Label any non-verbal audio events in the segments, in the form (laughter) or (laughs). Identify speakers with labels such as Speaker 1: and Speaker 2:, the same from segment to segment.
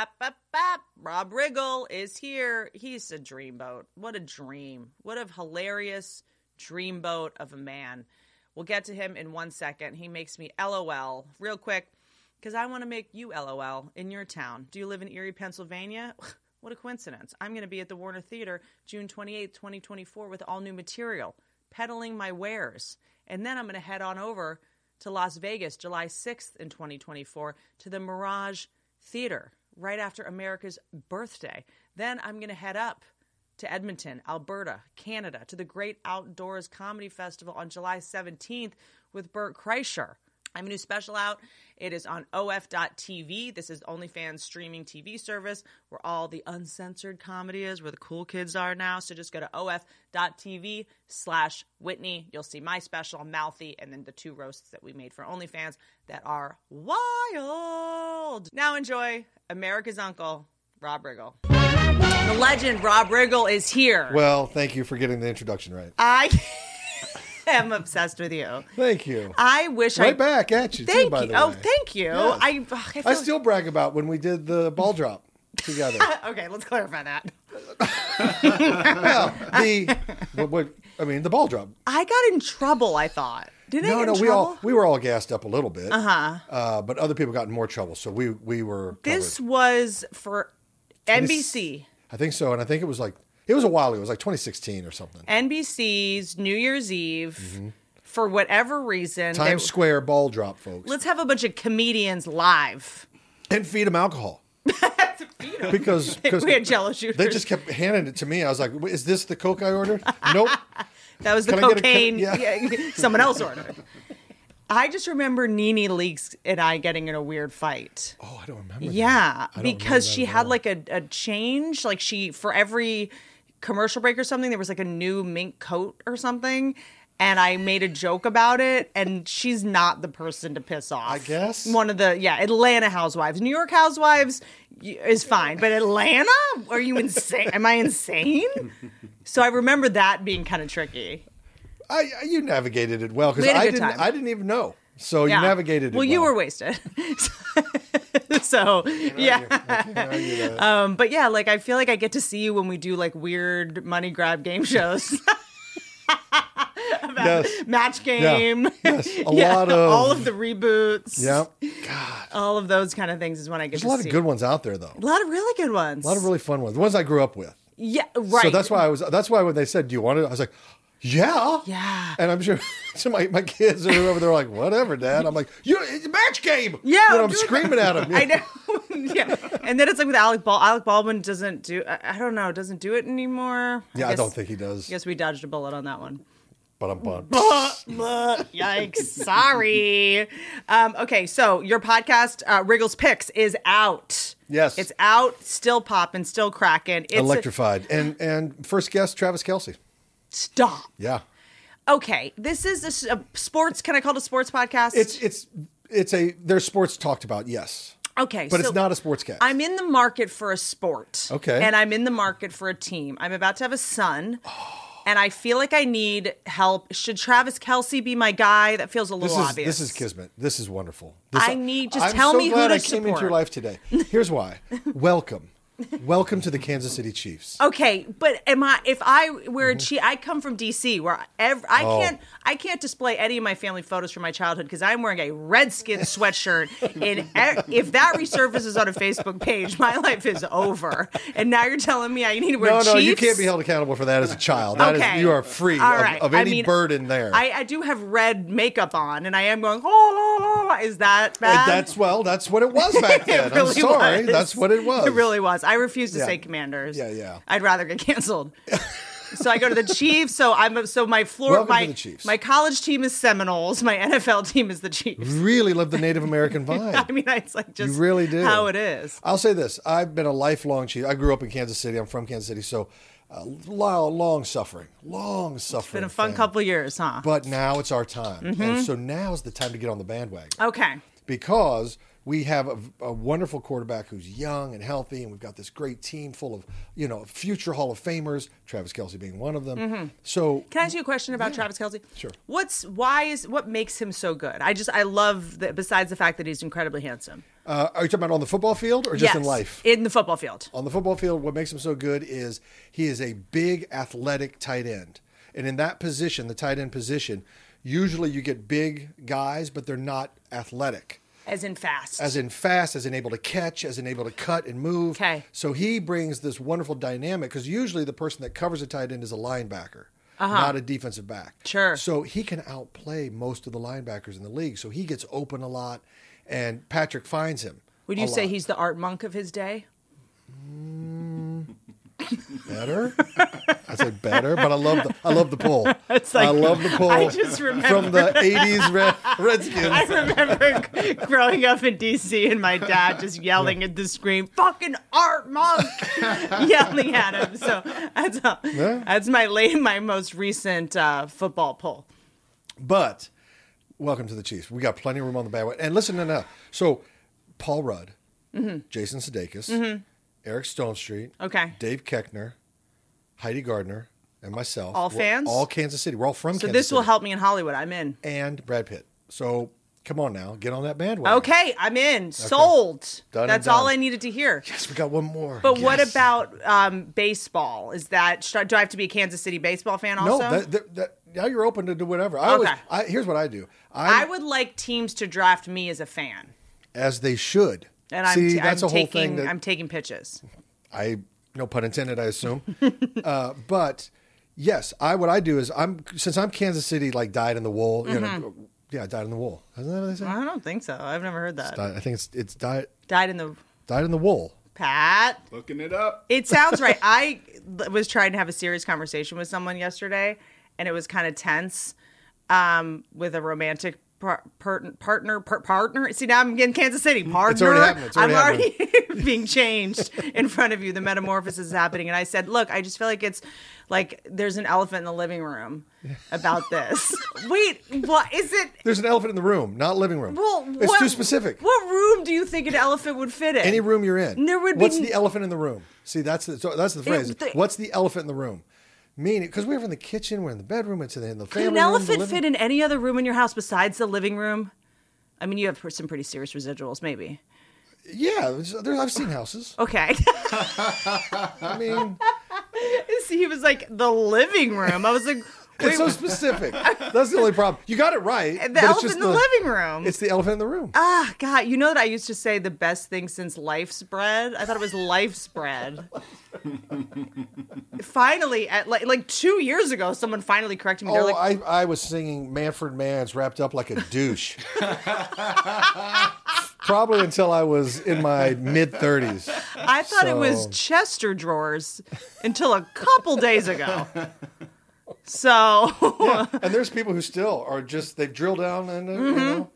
Speaker 1: Ba-ba-ba-ba. Rob Riggle is here. He's a dreamboat. What a dream. What a hilarious dreamboat of a man. We'll get to him in one second. He makes me LOL real quick because I want to make you LOL in your town. Do you live in Erie, Pennsylvania? (laughs) what a coincidence. I'm going to be at the Warner Theater June 28, 2024, with all new material, peddling my wares. And then I'm going to head on over to Las Vegas July 6th in 2024 to the Mirage Theater right after America's birthday. Then I'm going to head up to Edmonton, Alberta, Canada, to the Great Outdoors Comedy Festival on July 17th with Burt Kreischer. I have a new special out. It is on OF.TV. This is OnlyFans streaming TV service where all the uncensored comedy is, where the cool kids are now. So just go to OF.TV slash Whitney. You'll see my special, Mouthy, and then the two roasts that we made for OnlyFans that are wild. Now enjoy America's Uncle, Rob Riggle. The legend Rob Riggle is here.
Speaker 2: Well, thank you for getting the introduction right.
Speaker 1: I (laughs) am obsessed with you.
Speaker 2: Thank you.
Speaker 1: I wish I
Speaker 2: Right back at you. too,
Speaker 1: Thank you.
Speaker 2: by the
Speaker 1: Oh,
Speaker 2: way.
Speaker 1: thank you.
Speaker 2: Yes.
Speaker 1: I, ugh, I, feel
Speaker 2: I still brag about when we did the
Speaker 1: (laughs)
Speaker 2: ball drop together.
Speaker 1: okay. Let's clarify that. Oh.
Speaker 2: well, the what, what, I mean, the ball drop.
Speaker 1: I got in trouble. I thought. Did I
Speaker 2: No,
Speaker 1: get
Speaker 2: no,
Speaker 1: in
Speaker 2: we
Speaker 1: trouble?
Speaker 2: all we were all gassed up a little bit. Uh-huh. but other people got in more trouble, so we we were
Speaker 1: this
Speaker 2: covered.
Speaker 1: was for NBC.
Speaker 2: I think so, and I think it was like it was a while ago. It was like 2016 or something.
Speaker 1: NBC's New Year's Eve. For whatever reason, they-
Speaker 2: Times Square ball drop, folks,
Speaker 1: let's have a bunch of comedians live. (laughs)
Speaker 2: and feed them alcohol. because
Speaker 1: (laughs)
Speaker 2: because
Speaker 1: We had Jello shooters.
Speaker 2: they just kept handing it to me. I was like, "Is this the Coke
Speaker 1: (laughs)
Speaker 2: I ordered?" nope.
Speaker 1: That was the
Speaker 2: Can I get a
Speaker 1: cocaine
Speaker 2: co- yeah.
Speaker 1: yeah, (laughs) someone else ordered. I just remember Nene Leakes and I getting in a weird fight.
Speaker 2: Oh, I don't remember. that.
Speaker 1: yeah,
Speaker 2: I don't remember
Speaker 1: because
Speaker 2: that
Speaker 1: she
Speaker 2: at
Speaker 1: had
Speaker 2: all.
Speaker 1: like a, a change. Like she, for every commercial break or something, there was like a new mink coat or something. And I made a joke about it. And she's not the person to piss off.
Speaker 2: I guess.
Speaker 1: One of the, yeah, Atlanta housewives. New York housewives y- is fine. But Atlanta? Are you insane? Am I
Speaker 2: (laughs)
Speaker 1: insane? So I remember that being kind of tricky.
Speaker 2: I, I you navigated it well because
Speaker 1: We had a
Speaker 2: I
Speaker 1: good
Speaker 2: didn't
Speaker 1: time.
Speaker 2: I didn't even know. So you navigated it.
Speaker 1: Well, you were wasted. (laughs) so yeah, (laughs)
Speaker 2: yeah.
Speaker 1: um, but yeah, like I feel like I get to see you when we do like weird money grab game shows, (laughs)
Speaker 2: yes.
Speaker 1: match game.
Speaker 2: Yes.
Speaker 1: (laughs)
Speaker 2: A
Speaker 1: Yeah,
Speaker 2: lot of
Speaker 1: all of the reboots.
Speaker 2: (laughs) yeah.
Speaker 1: (laughs) all of those kind of things is when I get
Speaker 2: There's
Speaker 1: to
Speaker 2: a lot
Speaker 1: see.
Speaker 2: of good ones out there though.
Speaker 1: a lot of really good ones.
Speaker 2: A lot of really fun ones. The ones I grew up with.
Speaker 1: yeah, right.
Speaker 2: So that's why I was. That's why when they said, "Do you want it?" I was like, "Yeah."
Speaker 1: Yeah.
Speaker 2: And I'm sure (laughs) so my, my kids or whoever they're like, "Whatever, Dad." I'm like, "You it's a match game."
Speaker 1: Yeah,
Speaker 2: And
Speaker 1: I'm
Speaker 2: I'm
Speaker 1: doing
Speaker 2: screaming at
Speaker 1: (laughs)
Speaker 2: him.
Speaker 1: I know. yeah, and then it's like with Alec Bal. Alec Baldwin doesn't do. I, I don't know. Doesn't do it anymore.
Speaker 2: Yeah, I,
Speaker 1: guess-
Speaker 2: don't think he does.
Speaker 1: I guess we dodged a bullet on that one.
Speaker 2: But
Speaker 1: (laughs)
Speaker 2: I'm bummed.
Speaker 1: Yikes. Sorry. Um, okay, so your podcast, uh, Wriggles Picks, is out.
Speaker 2: Yes.
Speaker 1: It's out, still popping, still cracking. It's a-
Speaker 2: Electrified. And and first guest Travis Kelsey.
Speaker 1: stop.
Speaker 2: Yeah.
Speaker 1: Okay, this is a, s- a sports. Can I call it a sports podcast?
Speaker 2: It's it's it's a there's sports talked about. Yes.
Speaker 1: okay,
Speaker 2: But
Speaker 1: so
Speaker 2: it's not a sports cast.
Speaker 1: I'm in the market for a sport.
Speaker 2: Okay.
Speaker 1: And I'm in the market for a team. I'm about to have a son. And I feel like I need help. Should Travis Kelsey be my guy? That feels a
Speaker 2: this
Speaker 1: little
Speaker 2: is
Speaker 1: obvious.
Speaker 2: this is kismet. This is wonderful. This-
Speaker 1: I need- just
Speaker 2: I'm
Speaker 1: tell
Speaker 2: so
Speaker 1: me who
Speaker 2: glad
Speaker 1: to
Speaker 2: I came into
Speaker 1: support.
Speaker 2: your life today. Here's why. Welcome, welcome to the Kansas City
Speaker 1: Oh,
Speaker 2: Chiefs.
Speaker 1: Okay, but am I? If I were a chief, I come from DC, where ev I
Speaker 2: Mm-hmm. Oh.
Speaker 1: can't I can't display any of my family photos from my childhood because I'm wearing a redskin sweatshirt. and e- if that resurfaces on a Facebook page, my life is over. And now you're telling me I need to wear
Speaker 2: No,
Speaker 1: Chiefs?
Speaker 2: no, you can't be held accountable for that as a child. That is,
Speaker 1: Okay.
Speaker 2: you are free
Speaker 1: All
Speaker 2: of,
Speaker 1: right.
Speaker 2: of
Speaker 1: I
Speaker 2: any
Speaker 1: mean,
Speaker 2: burden there.
Speaker 1: I, I do have red makeup on, and I am going. Oh, la, la, la." is that
Speaker 2: And
Speaker 1: bad?
Speaker 2: that's well, that's what it
Speaker 1: (laughs)
Speaker 2: was back then. I'm
Speaker 1: really
Speaker 2: sorry,
Speaker 1: was.
Speaker 2: that's what it was.
Speaker 1: It really was. I refuse to
Speaker 2: Yeah.
Speaker 1: say commanders.
Speaker 2: Yeah, yeah.
Speaker 1: I'd rather get
Speaker 2: (laughs)
Speaker 1: canceled. so I go to the Chiefs. So I'm so my floor
Speaker 2: Welcome
Speaker 1: my
Speaker 2: to the Chiefs.
Speaker 1: my college team is Seminoles. My NFL team is the Chiefs.
Speaker 2: really love the Native American vibe.
Speaker 1: (laughs) I mean, it's like just
Speaker 2: You really do.
Speaker 1: how it is.
Speaker 2: I'll say this: I've been a lifelong chief. I grew up in Kansas City. I'm from Kansas City, so uh, long, long suffering, long suffering.
Speaker 1: Been a fun
Speaker 2: fan.
Speaker 1: couple Mm-hmm. years, huh?
Speaker 2: But now it's our time, and so now's the time to get on the bandwagon
Speaker 1: okay.
Speaker 2: because we have a, a wonderful quarterback who's young and healthy, and we've got this great team full of you know future Hall of Famers, Travis Kelsey being one of them.
Speaker 1: Mm-hmm.
Speaker 2: So
Speaker 1: Can I ask you a question about Travis Kelsey?
Speaker 2: Sure.
Speaker 1: What's why is what makes him so good? I just I love that. Besides the fact that he's incredibly handsome.
Speaker 2: uh, are you talking about on the football field or just in
Speaker 1: Yes,
Speaker 2: life? Oh.
Speaker 1: in the football field.
Speaker 2: on the football field, what makes him so good is he is a big athletic tight end. And in that position, the tight end position, usually you get big guys, but they're not athletic.
Speaker 1: As in fast.
Speaker 2: As in fast, as in able to catch, as in able to cut and move.
Speaker 1: Okay.
Speaker 2: So he brings this wonderful dynamic because usually the person that covers a tight end is a linebacker, not a defensive back.
Speaker 1: Uh-huh. Sure.
Speaker 2: So he can outplay most of the linebackers in the league. So he gets open a lot, and Patrick finds him.
Speaker 1: Would
Speaker 2: a
Speaker 1: you say
Speaker 2: lot.
Speaker 1: he's the art monk of his day?
Speaker 2: better. I say better, but I love the I love the pull.
Speaker 1: (laughs) It's like-
Speaker 2: I love the pull.
Speaker 1: I just remember-
Speaker 2: Oh. (laughs) from the '80s Red, Redskins.
Speaker 1: I remember (laughs) growing up in DC and my dad just yelling at the screen, "Fucking art
Speaker 2: (laughs)
Speaker 1: monk!" yelling at him. So that's all,
Speaker 2: Yeah.
Speaker 1: that's my late, my most recent uh, football poll.
Speaker 2: But welcome to the Chiefs. We got plenty of room on the bandwagon. And listen, no, no. So Paul Rudd, Jason Sudeikis, Eric Stonestreet,
Speaker 1: Mm-hmm. Okay.
Speaker 2: Dave Keckner, Heidi Gardner, and myself.
Speaker 1: All
Speaker 2: We're
Speaker 1: fans?
Speaker 2: All Kansas City. We're all from
Speaker 1: So
Speaker 2: Kansas
Speaker 1: this will
Speaker 2: City.
Speaker 1: help me in Hollywood. I'm in.
Speaker 2: And Brad Pitt. So come on now, get on that bandwagon.
Speaker 1: Okay, I'm in. Sold.
Speaker 2: Done and
Speaker 1: That's all
Speaker 2: done.
Speaker 1: I needed to
Speaker 2: (laughs)
Speaker 1: hear.
Speaker 2: Yes, we got one more.
Speaker 1: But what
Speaker 2: Yes.
Speaker 1: about um, baseball? Is that should I- do I have to be a Kansas City baseball fan also?
Speaker 2: No, that, that, that, now you're open to do whatever. I always,
Speaker 1: Okay.
Speaker 2: I, here's what I do. I,
Speaker 1: I would like teams to draft me as a fan,
Speaker 2: as they should.
Speaker 1: and
Speaker 2: See,
Speaker 1: I'm, t-
Speaker 2: that's
Speaker 1: I'm
Speaker 2: a whole
Speaker 1: taking
Speaker 2: thing that
Speaker 1: I'm taking pitches.
Speaker 2: I no pun intended, I
Speaker 1: (laughs)
Speaker 2: assume. uh, but yes, I what I do is I'm since I'm Kansas City like died in the wool. You know,
Speaker 1: Mm-hmm.
Speaker 2: yeah, died in the wool. Isn't that what they say?
Speaker 1: I don't think so. I've never heard that.
Speaker 2: Died- I think it's it's died
Speaker 1: Died in the
Speaker 2: died in the wool.
Speaker 1: Pat.
Speaker 3: Looking it up.
Speaker 1: It sounds right. (laughs) I l- was trying to have a serious conversation with someone yesterday, and it was kind of tense um, with a romantic par- per- partner. Per- partner. See, now I'm in Kansas City. Partner.
Speaker 2: already happening. It's already
Speaker 1: I'm already (laughs) being changed in front of you. The metamorphosis is happening, and I said, "Look, I just feel like it's like there's an elephant in the living room about
Speaker 2: (laughs)
Speaker 1: this. Wait, what is it?
Speaker 2: There's an elephant in the room, not living room.
Speaker 1: Well,
Speaker 2: it's
Speaker 1: what-
Speaker 2: too specific.
Speaker 1: What room do you think an elephant would fit in?
Speaker 2: Any room you're in.
Speaker 1: There would be
Speaker 2: What's
Speaker 1: n-
Speaker 2: the elephant in the room? See, that's the so that's the phrase.
Speaker 1: the-
Speaker 2: What's the elephant in the room? Meaning, because we're in the kitchen, we're in the bedroom, it's in the, in the family.
Speaker 1: Could an
Speaker 2: room, the
Speaker 1: elephant
Speaker 2: living-
Speaker 1: fit in any other room in your house besides the living room? I mean, you have some pretty serious residuals, maybe.
Speaker 2: Yeah, there's, there's- I've seen houses.
Speaker 1: Okay. (laughs)
Speaker 2: I mean,
Speaker 1: See, he was like, the living room. I was like, (laughs) wait,
Speaker 2: it's so specific. That's the only problem. You got it right.
Speaker 1: the
Speaker 2: but it's
Speaker 1: elephant
Speaker 2: just
Speaker 1: in the, living room.
Speaker 2: It's the elephant in the room.
Speaker 1: Ah, God, you know that I used to say the best thing since life's bread? I thought it was life's (laughs) bread. finally, at like, like two years ago, someone finally corrected me. They're
Speaker 2: oh,
Speaker 1: like,
Speaker 2: I, I was singing Manfred Mann's wrapped up like a
Speaker 1: (laughs)
Speaker 2: douche. Probably until I was in my mid 30s.
Speaker 1: I thought it was
Speaker 2: So-
Speaker 1: Chester drawers until a couple days (laughs) ago. So,
Speaker 2: And there's people who still are just, they've drilled down and, uh, you know.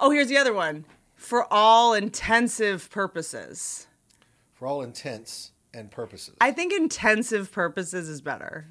Speaker 1: oh, here's the other one. For all intensive purposes.
Speaker 2: for all intents and purposes.
Speaker 1: I think intensive purposes is better.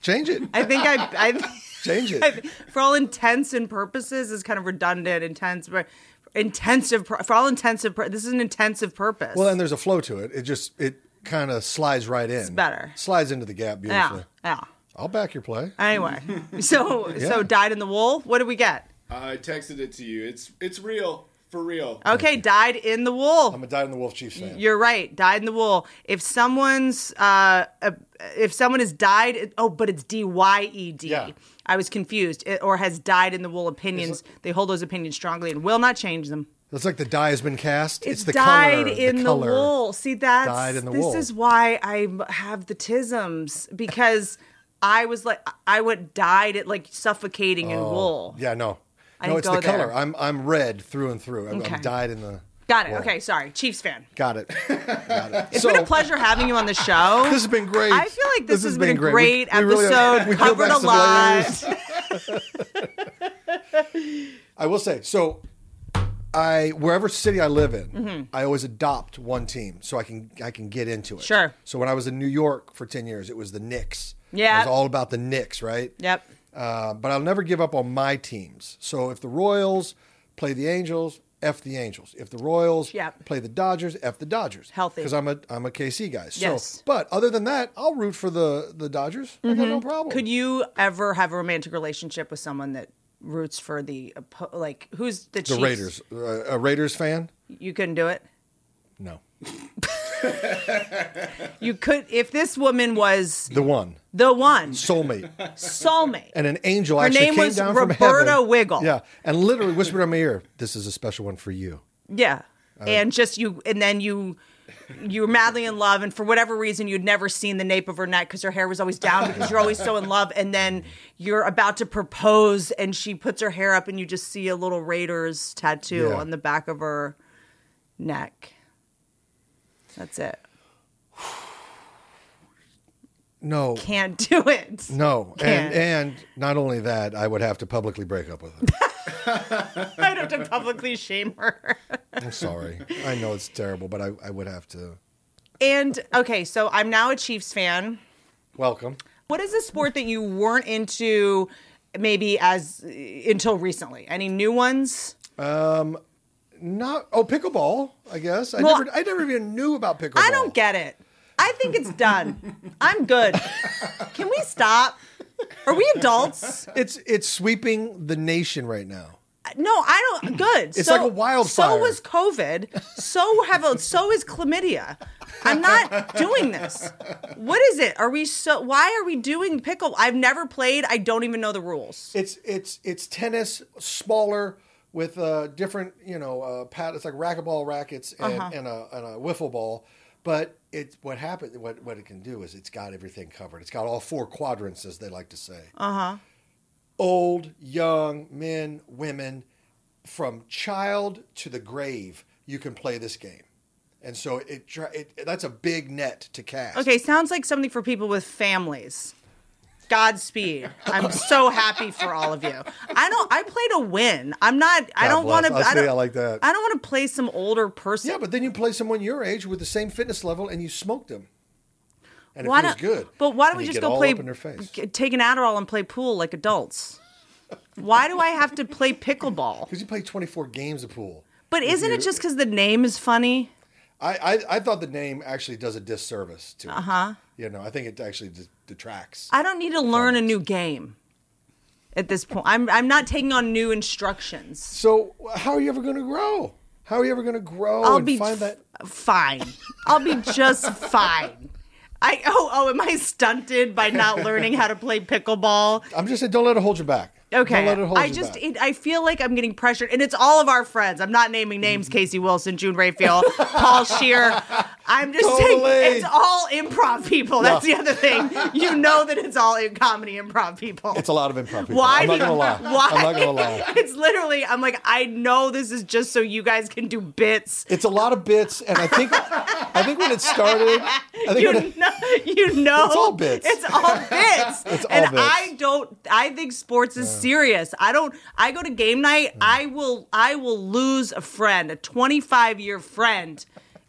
Speaker 2: Change (laughs) it.
Speaker 1: I think I, I (laughs)
Speaker 2: Change it.
Speaker 1: for all intents and purposes is kind of redundant. Intense, but intensive pur- for all intensive. pur- This is an intensive purpose.
Speaker 2: well, and there's a flow to it. It just, it kind of slides right in. It's
Speaker 1: better.
Speaker 2: Slides into the gap beautifully.
Speaker 1: yeah, yeah.
Speaker 2: I'll back your play.
Speaker 1: Anyway, so so
Speaker 2: (laughs) Yeah.
Speaker 1: dyed in the wool. What did we get?
Speaker 3: I texted it to you. It's it's real for real.
Speaker 1: Okay, dyed in the wool.
Speaker 2: I'm a Died in the Wolf Chiefs fan.
Speaker 1: You're right. Dyed in the wool. If someone's uh, uh, if someone has died, oh, but it's D Y E D.
Speaker 2: Yeah.
Speaker 1: I was confused. It- or has died in the wool opinions. they hold those opinions strongly and will not change them.
Speaker 2: It's like the die has been cast. It's, the
Speaker 1: dyed
Speaker 2: color.
Speaker 1: in
Speaker 2: the
Speaker 1: the,
Speaker 2: color.
Speaker 1: wool. See, that's
Speaker 2: Dyed in the
Speaker 1: this
Speaker 2: wool.
Speaker 1: is why I m- have the tisms because I was like I would dyed it like suffocating in wool.
Speaker 2: Oh, Yeah, no.
Speaker 1: I
Speaker 2: no,
Speaker 1: didn't
Speaker 2: it's
Speaker 1: go
Speaker 2: the
Speaker 1: there.
Speaker 2: color. I'm I'm red through and through. I'm,
Speaker 1: Okay.
Speaker 2: I'm dyed in the.
Speaker 1: Got it.
Speaker 2: wool.
Speaker 1: Okay, sorry. Chiefs fan. (laughs)
Speaker 2: Got it. Got it.
Speaker 1: It's
Speaker 2: so,
Speaker 1: been a pleasure having you on the show.
Speaker 2: (laughs) This has been great.
Speaker 1: I feel like this, has been, a great,
Speaker 2: We- we really-
Speaker 1: episode.
Speaker 2: (laughs) we peeled
Speaker 1: covered
Speaker 2: back
Speaker 1: a
Speaker 2: some layers.
Speaker 1: lot.
Speaker 2: I will say so. I wherever city I live in,
Speaker 1: Mm-hmm.
Speaker 2: I always adopt one team so I can I can get into it.
Speaker 1: Sure.
Speaker 2: So when I was in New York for ten years, it was the Knicks.
Speaker 1: Yeah.
Speaker 2: It was all about the Knicks, right?
Speaker 1: (laughs) Yep.
Speaker 2: Uh, but I'll never give up on my teams. So if the Royals play the Angels, F the Angels. If the Royals
Speaker 1: Yep.
Speaker 2: play the Dodgers, F the Dodgers.
Speaker 1: Healthy.
Speaker 2: Because I'm a I'm a KC guy. So
Speaker 1: Yes.
Speaker 2: but other than that, I'll root for the the Dodgers. I got no problem.
Speaker 1: Mm-hmm. Could you ever have a romantic relationship with someone that roots for the oppo- like who's the,
Speaker 2: the
Speaker 1: Chiefs?
Speaker 2: Raiders. Uh, a Raiders fan?
Speaker 1: You couldn't do it.
Speaker 2: No.
Speaker 1: You could if this woman was
Speaker 2: The one.
Speaker 1: the
Speaker 2: (laughs)
Speaker 1: one
Speaker 2: Soulmate.
Speaker 1: soulmate.
Speaker 2: And an angel
Speaker 1: Her
Speaker 2: actually
Speaker 1: name
Speaker 2: came
Speaker 1: was
Speaker 2: down from heaven.
Speaker 1: Roberta Wiggle.
Speaker 2: Yeah. And literally whispered in my ear, This is a special one for you.
Speaker 1: Yeah.
Speaker 2: Uh,
Speaker 1: and just you, and then you, you were madly in love, and for whatever reason, you'd never seen the nape of her neck because her hair was always down because you're always so in love. And then you're about to propose, and she puts her hair up, and you just see a little Raiders tattoo
Speaker 2: Yeah.
Speaker 1: on the back of her neck. That's it.
Speaker 2: No.
Speaker 1: Can't do it. (laughs)
Speaker 2: No.
Speaker 1: Can't.
Speaker 2: And and not only that, I would have to publicly break up with her.
Speaker 1: I'd have to publicly shame her.
Speaker 2: I'm sorry. I know it's terrible, but I, I would have to.
Speaker 1: And okay, so I'm now a Chiefs fan.
Speaker 2: Welcome.
Speaker 1: What is a sport that you weren't into maybe as until recently? Any new ones?
Speaker 2: Not oh pickleball, I guess. I
Speaker 1: Well-
Speaker 2: never I never even knew about pickleball.
Speaker 1: I don't get it. I think it's done. I'm good. Can we stop? Are we adults?
Speaker 2: It's it's sweeping the nation right now.
Speaker 1: No, I don't. Good.
Speaker 2: It's like a wildfire.
Speaker 1: So was COVID. So have a, so is chlamydia. I'm not doing this. What is it? Are we so? Why are we doing pickle? I've never played. I don't even know the rules.
Speaker 2: It's it's it's tennis smaller with uh different, you know, uh pat it's like racquetball rackets and, and a and a wiffle ball. But it's what happened what what it can do is it's got everything covered. It's got all four quadrants as they like to say. Uh-huh. Old, young, men, women, from child to the grave, you can play this game. And so it, tr- it that's a big net to cast.
Speaker 1: Okay, sounds like something for people with families. Godspeed. I'm so happy for all of you. I don't I play to win. I'm not I
Speaker 2: God
Speaker 1: don't want to
Speaker 2: bless. I'll
Speaker 1: I
Speaker 2: say
Speaker 1: don't
Speaker 2: I like that.
Speaker 1: I don't want to play some older person.
Speaker 2: Yeah, but then you play someone your age with the same fitness level and you smoke them. And
Speaker 1: why
Speaker 2: it feels
Speaker 1: don't,
Speaker 2: good.
Speaker 1: But why don't
Speaker 2: And
Speaker 1: we
Speaker 2: you
Speaker 1: just
Speaker 2: get
Speaker 1: go
Speaker 2: all
Speaker 1: play
Speaker 2: up in their face?
Speaker 1: g- take an Adderall and play pool like adults? Why do I have to play pickleball?
Speaker 2: Because you play 24 games of pool.
Speaker 1: But isn't it just cuz the name is funny?
Speaker 2: I, I, I thought the name actually does a disservice to it. Uh
Speaker 1: Uh-huh.
Speaker 2: huh. You know, I think it actually d- detracts.
Speaker 1: I don't need to learn a new game. At this point, I'm I'm not taking on new instructions.
Speaker 2: so, how are you ever going to grow? How are you ever going to grow
Speaker 1: I'll
Speaker 2: and
Speaker 1: be
Speaker 2: find
Speaker 1: f-
Speaker 2: that?
Speaker 1: fine. I'll be
Speaker 2: (laughs)
Speaker 1: just fine. I oh oh, am I stunted by not learning how to play pickleball?
Speaker 2: I'm just saying, don't let it hold you back.
Speaker 1: Okay,
Speaker 2: Don't let it hold
Speaker 1: I
Speaker 2: you
Speaker 1: just
Speaker 2: back.
Speaker 1: it, I feel like I'm getting pressured, and it's all of our friends. I'm not naming names:
Speaker 2: Mm-hmm.
Speaker 1: Casey Wilson, June Raphael, Paul Shear. I'm just
Speaker 2: Totally.
Speaker 1: saying it's all improv people. That's
Speaker 2: Yeah.
Speaker 1: the other thing. You know that it's
Speaker 2: (laughs)
Speaker 1: all in comedy improv people.
Speaker 2: it's a lot of improv people.
Speaker 1: Why
Speaker 2: I'm not
Speaker 1: do-
Speaker 2: going to lie.
Speaker 1: (laughs) why-
Speaker 2: I'm not going to lie.
Speaker 1: It's literally, I'm like, I know this is just so you guys can do bits.
Speaker 2: It's a lot of bits, and I think I think when it started, I think
Speaker 1: you (laughs)
Speaker 2: when it-
Speaker 1: know, you know,
Speaker 2: It's all bits.
Speaker 1: It's all
Speaker 2: (laughs)
Speaker 1: bits.
Speaker 2: all
Speaker 1: and
Speaker 2: bits.
Speaker 1: I don't. I think sports is serious. I don't. I go to game night. I will. I will lose a friend, a twenty-five year friend,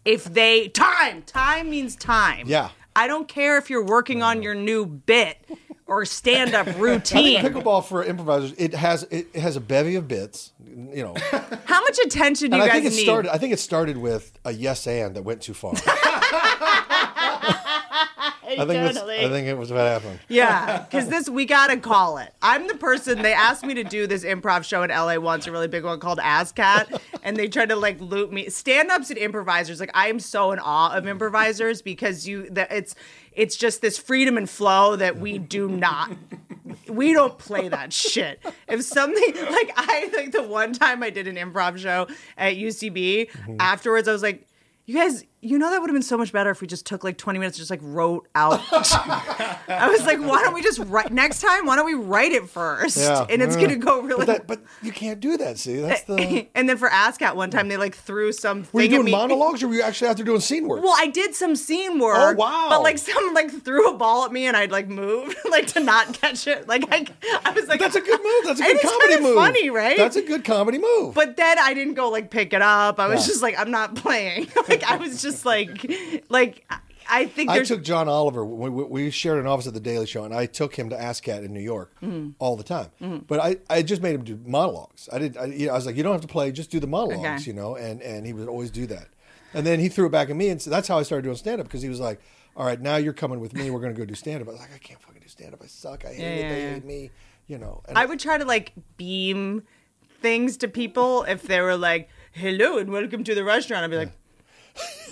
Speaker 1: if they time. Time means time.
Speaker 2: Yeah.
Speaker 1: I don't care if you're working on your new bit or
Speaker 2: (laughs)
Speaker 1: stand-up routine.
Speaker 2: pickleball for improvisers it has it has a bevy of bits you
Speaker 1: (laughs)
Speaker 2: know
Speaker 1: How much attention do you
Speaker 2: and i
Speaker 1: guys
Speaker 2: think it
Speaker 1: need?
Speaker 2: started i think it started with a yes and that went too
Speaker 1: (laughs)
Speaker 2: far i think that's- i think it was what happened
Speaker 1: Yeah, because this we gotta call it. I'm the person they asked me to do this improv show in LA once, a really big one called ASCAT, and they tried to like loop me. Stand ups and improvisers, like I am so in awe of improvisers because you that it's it's just this freedom and flow that we do not we don't play that shit. If something (laughs) like I like the one time I did an improv show at UCB,
Speaker 2: Mm-hmm.
Speaker 1: afterwards I was like, you guys, you know that would have been so much better if we just took like 20 minutes, and just like wrote out. (laughs) I was like, why don't we just write next time? Why don't we write it first?
Speaker 2: Yeah.
Speaker 1: And it's
Speaker 2: Yeah.
Speaker 1: gonna go really.
Speaker 2: but that but you can't do that see that's the
Speaker 1: (laughs) and then for ASCAT one time, they like threw some.
Speaker 2: were you
Speaker 1: thing at
Speaker 2: doing
Speaker 1: me.
Speaker 2: monologues or were you actually out there doing scene work
Speaker 1: Well, I did some scene work.
Speaker 2: Oh, wow.
Speaker 1: But like someone like threw a ball at me and I'd like moved (laughs) like to not catch it. Like I, I was like,
Speaker 2: that's a good move that's a
Speaker 1: (laughs) And
Speaker 2: good
Speaker 1: it's
Speaker 2: comedy
Speaker 1: kinda
Speaker 2: move
Speaker 1: funny, right?
Speaker 2: that's a good comedy move
Speaker 1: but then I didn't go like pick it up. I was
Speaker 2: Yeah.
Speaker 1: (laughs) just like, I'm not playing. like I was just like, like I- I think
Speaker 2: I
Speaker 1: there's
Speaker 2: took John Oliver. We, we- we shared an office at the Daily Show, and I took him to ASCAT in New York
Speaker 1: Mm-hmm.
Speaker 2: all the time. But I, I just made him do monologues. I did. I, you know, I was like, you don't have to play; just do the monologues,
Speaker 1: Okay.
Speaker 2: you know. And and he would always do that. And then he threw it back at me, and so that's how I started doing stand up because he was like, "All right, now you're coming with me. We're going to go do stand up." I was like, "I can't fucking do stand up. I suck. I hate it.
Speaker 1: yeah,
Speaker 2: they
Speaker 1: yeah.
Speaker 2: hate me." You know. And
Speaker 1: I would try to like beam things to people if they were like, "Hello and welcome to the restaurant." I'd be like,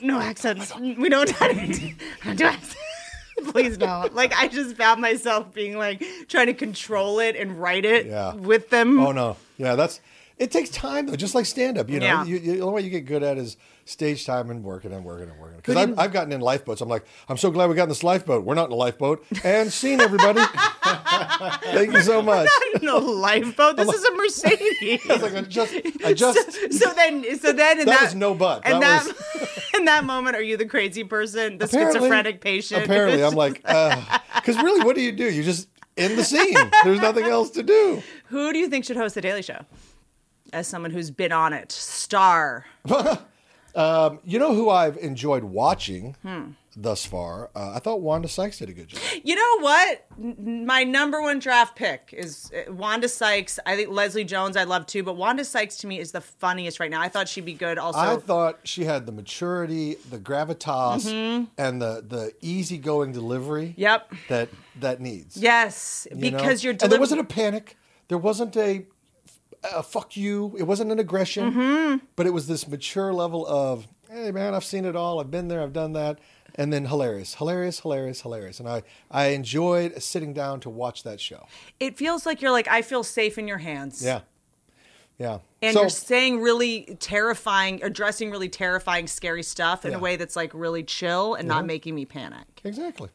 Speaker 1: "No accents. We don't (laughs) I don't do accents." (laughs) Please
Speaker 2: (laughs)
Speaker 1: don't. Like I just found myself being like trying to control it and write it
Speaker 2: Yeah.
Speaker 1: with them. (laughs)
Speaker 2: Oh no, yeah, that's it takes time though. Just like stand up, you know,
Speaker 1: Yeah.
Speaker 2: you, you, the only way you get good at is stage time and working and working and working. Because
Speaker 1: Who
Speaker 2: I've,
Speaker 1: didn't-
Speaker 2: I've gotten in lifeboats. I'm like, I'm so glad we got in this lifeboat. We're not in a lifeboat. And scene everybody. (laughs) Thank you so much.
Speaker 1: no lifeboat. This is
Speaker 2: (laughs)
Speaker 1: a Mercedes.
Speaker 2: I was like, I just, I just.
Speaker 1: so, so then, so then, in
Speaker 2: That
Speaker 1: that,
Speaker 2: was no but.
Speaker 1: And
Speaker 2: That
Speaker 1: that, (laughs) in that moment, are you the crazy person, the
Speaker 2: Apparently-
Speaker 1: schizophrenic patient? (laughs)
Speaker 2: Apparently, I'm like, because really, what do you do? You just end the scene. There's nothing else to do.
Speaker 1: Who do you think should host The Daily Show? As someone who's been on it, star.
Speaker 2: You know who I've enjoyed watching
Speaker 1: Hmm.
Speaker 2: thus far? Uh, I thought Wanda Sykes did a good job.
Speaker 1: You know what? N- My number one draft pick is uh, Wanda Sykes. I think Leslie Jones I love too, but Wanda Sykes to me is the funniest right now. I thought she'd be good also.
Speaker 2: I thought she had the maturity, the gravitas,
Speaker 1: Mm-hmm.
Speaker 2: and the the easygoing delivery.
Speaker 1: Yep.
Speaker 2: That that needs.
Speaker 1: yes,
Speaker 2: you know?
Speaker 1: because you're
Speaker 2: and there
Speaker 1: delivering.
Speaker 2: wasn't a panic. There wasn't a, a fuck you. It wasn't an aggression.
Speaker 1: Mm-hmm.
Speaker 2: But it was this mature level of hey man, I've seen it all. I've been there. I've done that. And then hilarious, hilarious, hilarious, hilarious. And I I enjoyed sitting down to watch that show.
Speaker 1: it feels like you're like I feel safe in your hands.
Speaker 2: Yeah. Yeah.
Speaker 1: and
Speaker 2: So-
Speaker 1: you're saying really terrifying, addressing really terrifying, scary stuff in
Speaker 2: Yeah. Mm-hmm.
Speaker 1: a way that's like really chill and not making me panic.
Speaker 2: Exactly.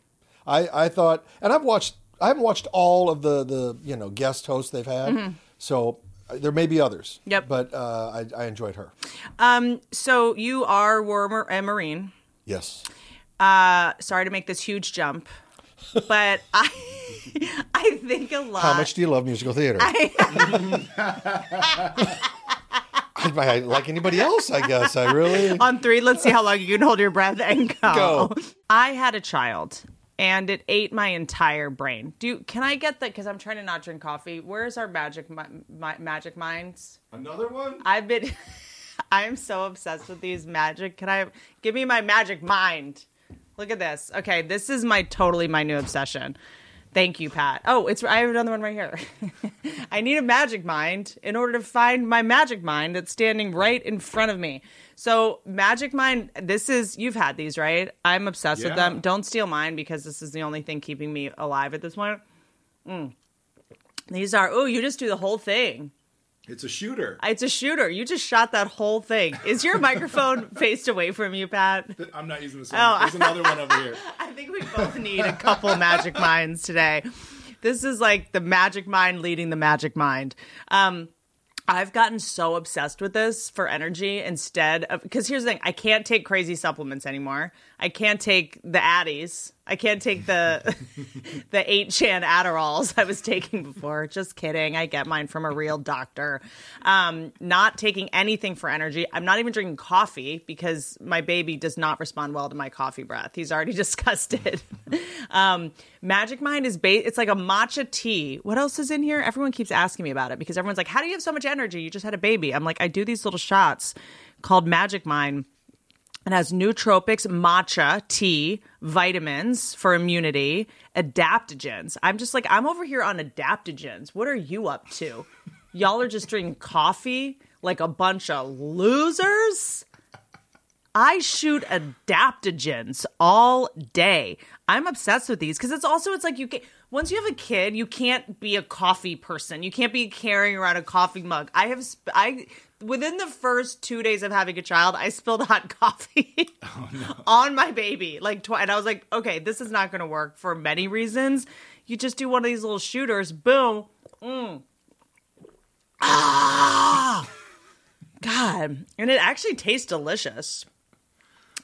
Speaker 2: I, I thought, and I've watched, I haven't watched all of the, the you know guest hosts they've had, so uh, there may be others.
Speaker 1: Mm-hmm. Yep.
Speaker 2: But uh, I, I enjoyed her.
Speaker 1: So you are were a mar- a marine.
Speaker 2: Yes.
Speaker 1: Uh, sorry to make this huge jump, but (laughs) I I think a lot.
Speaker 2: How much do you love musical theater? I,
Speaker 1: (laughs)
Speaker 2: (laughs) I- like anybody else, I guess.
Speaker 1: (laughs)
Speaker 2: I really.
Speaker 1: on three, let's see how long you can hold your breath and go.
Speaker 2: Go.
Speaker 1: I had a child and it ate my entire brain. Do can I get that? Because I'm trying to not drink coffee. Where's our magic mi- mi- magic minds?
Speaker 3: Another one?
Speaker 1: I've been. (laughs) I'm so obsessed with these magic. Can I give me my magic mind? Look at this. Okay, this is my totally my new obsession. Thank you, Pat. Oh, it's I have another one right here. (laughs) I need a magic mind in order to find my magic mind that's standing right in front of me. So, magic mind, this is you've had these, right? I'm obsessed with
Speaker 3: Yeah.
Speaker 1: them. Don't steal mine because this is the only thing keeping me alive at this point. Mm. These are oh, you just do the whole thing.
Speaker 3: It's a shooter.
Speaker 1: It's a shooter. You just shot that whole thing. Is your microphone faced away from you, Pat?
Speaker 3: I'm not using this one.
Speaker 1: Oh.
Speaker 3: There's another one over
Speaker 1: (laughs)
Speaker 3: here.
Speaker 1: I think we both need a couple magic minds today. This is like the magic mind leading the magic mind. Um, I've gotten so obsessed with this for energy instead of because here's the thing I can't take crazy supplements anymore. I can't take the Addies. I can't take the the eight chan Adderalls I was taking before. Just kidding. I get mine from a real doctor. Um, not taking anything for energy. I'm not even drinking coffee because my baby does not respond well to my coffee breath. He's already (laughs) discussed it. um, Magic Mind is ba- it's like a matcha tea. What else is in here? Everyone keeps asking me about it because everyone's like, "How do you have so much energy? You just had a baby." I'm like, I do these little shots called Magic Mind. It has nootropics, matcha, tea, vitamins for immunity, adaptogens. I'm just like, I'm over here on adaptogens. What are you up to? Y'all are just drinking coffee like a bunch of losers. I shoot adaptogens all day. I'm obsessed with these because it's also it's like you can once you have a kid, you can't be a coffee person. You can't be carrying around a coffee mug. I have sp- I within the first two days of having a child, I spilled (laughs) hot coffee on my baby like twice, and I was like, okay, this is not going to work for many reasons. You just do one of these little shooters, boom, mm. Ah! God, and it actually tastes delicious.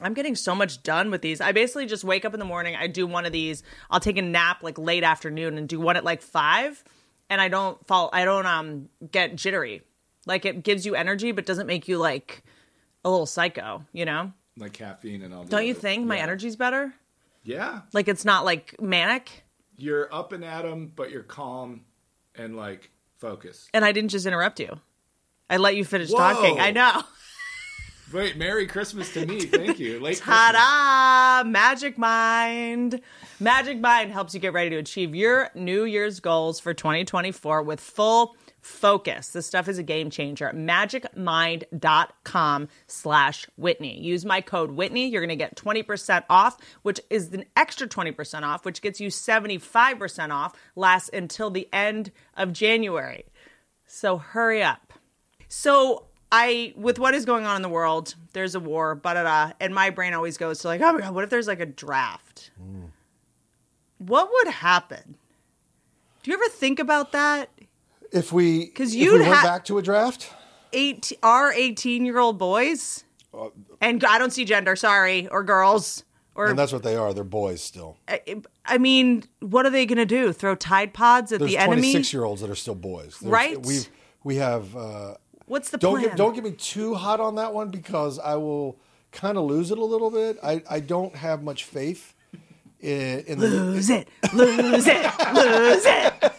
Speaker 1: I'm getting so much done with these. I basically just wake up in the morning, I do one of these, I'll take a nap like late afternoon and do one at like 5 and I don't fall I don't um get jittery. Like it gives you energy but doesn't make you like a little psycho, you know?
Speaker 3: Like caffeine and all
Speaker 1: Don't you think my energy's better?
Speaker 3: Yeah.
Speaker 1: Like it's not like manic.
Speaker 3: You're up and at 'em, but you're calm and like focused.
Speaker 1: And I didn't just interrupt you. I let you finish
Speaker 3: Whoa.
Speaker 1: talking. I know.
Speaker 3: Wait, Merry Christmas to me.
Speaker 1: (laughs)
Speaker 3: Thank you. Late Christmas.
Speaker 1: Ta-da! Magic Mind. Magic Mind helps you get ready to achieve your New Year's goals for 2024 with full focus. This stuff is a game changer. MagicMind.com slash Whitney. Use my code Whitney. You're going to get 20% off, which is an extra 20% off, which gets you 75% off, lasts until the end of January. So hurry up. So I, with what is going on in the world, there's a war, blah, da da, and my brain always goes to like, oh my god, what if there's like a draft?
Speaker 2: Hmm.
Speaker 1: What would happen? Do you ever think about that?
Speaker 2: If we,
Speaker 1: 'Cause
Speaker 2: if
Speaker 1: you'd
Speaker 2: we went
Speaker 1: ha-
Speaker 2: back to a draft,
Speaker 1: Eight, our eighteen-year-old boys,
Speaker 2: Uh,
Speaker 1: and I don't see gender, sorry, or girls, or
Speaker 2: and that's what they are. They're boys still.
Speaker 1: I, I mean, what are they gonna do? Throw Tide Pods at
Speaker 2: There's
Speaker 1: the enemy?
Speaker 2: 26 year olds that are still boys. There's-
Speaker 1: Right.
Speaker 2: We've, we have. Uh,
Speaker 1: What's the
Speaker 2: don't
Speaker 1: plan?
Speaker 2: get, don't get me too hot on that one because I will kind of lose it a little bit. I, I don't have much faith in,
Speaker 1: (sighs)
Speaker 2: in the
Speaker 1: lose it, lose it, lose it.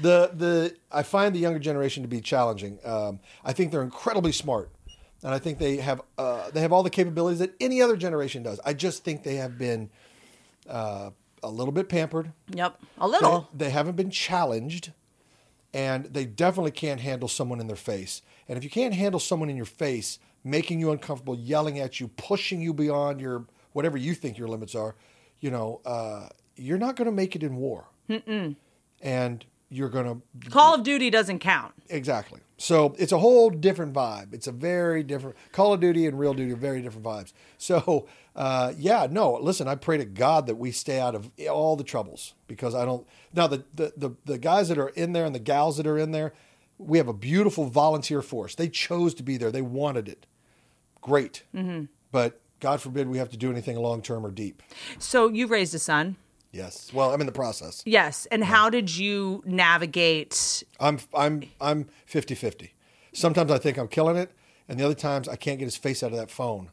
Speaker 2: the the I find the younger generation to be challenging. Um, I think they're incredibly smart, and I think they have uh, they have all the capabilities that any other generation does. I just think they have been uh, a little bit pampered.
Speaker 1: Yep, a
Speaker 2: They-
Speaker 1: little.
Speaker 2: They, haven't been challenged, and they definitely can't handle someone in their face. And if you can't handle someone in your face, making you uncomfortable, yelling at you, pushing you beyond your whatever you think your limits are, you know, uh, you're not going to make it in war. Mm-mm. And you're going to
Speaker 1: Call of Duty doesn't count.
Speaker 2: Exactly. So it's a whole different vibe. It's a very different Call of Duty and Real Duty are very different vibes. (laughs) So uh, yeah, no. Listen, I pray to God that we stay out of all the troubles because I don't. Now the the the, the guys that are in there and the gals that are in there, we have a beautiful volunteer force. They chose to be there. They wanted it. Great. But God forbid we have to do anything long term or deep.
Speaker 1: So you raised a son.
Speaker 2: Yes. Well, I'm in the process.
Speaker 1: Yes. And how did you navigate?
Speaker 2: I'm I'm I'm 50-50. Sometimes I think I'm killing it, and the other times I can't get his face out of that phone,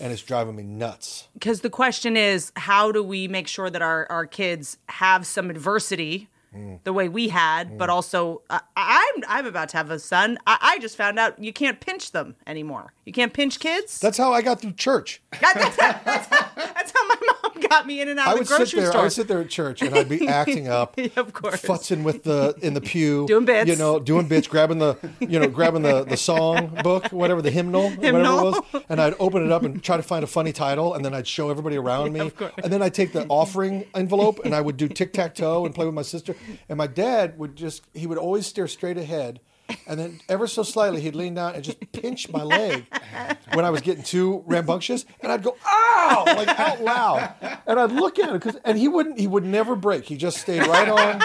Speaker 2: and it's driving me nuts.
Speaker 1: Because the question is, how do we make sure that our, our kids have some adversity
Speaker 2: Mm.
Speaker 1: the way we had, but also I I'm, I'm about to have a son. I, I just found out you can't pinch them anymore. You can't pinch kids.
Speaker 2: That's how I got through church.
Speaker 1: God, that's, that's how, that's how my mom got me in and out
Speaker 2: I
Speaker 1: of the
Speaker 2: would sit
Speaker 1: grocery
Speaker 2: there. I
Speaker 1: store.
Speaker 2: would sit there at church, and
Speaker 1: (laughs)
Speaker 2: I'd be acting up,
Speaker 1: of course.
Speaker 2: futzing with the in the pew,
Speaker 1: Doing bits.
Speaker 2: you know, Oh, doing bits, grabbing the you know, grabbing the the song book, whatever the hymnal,
Speaker 1: Hymnal.
Speaker 2: whatever it was, and I'd open it up and try to find a funny title, and then I'd show everybody around me,
Speaker 1: of course.
Speaker 2: and then I'd take the offering envelope and I would do tic tac toe and play with my sister, and my dad would just he would always stare straight ahead. And then, ever so slightly, he'd lean down and just pinch my leg when I was getting too rambunctious, and I'd go, "Ow!" like out loud, and I'd look at it because, and he wouldn't, he would never break. He just stayed right on.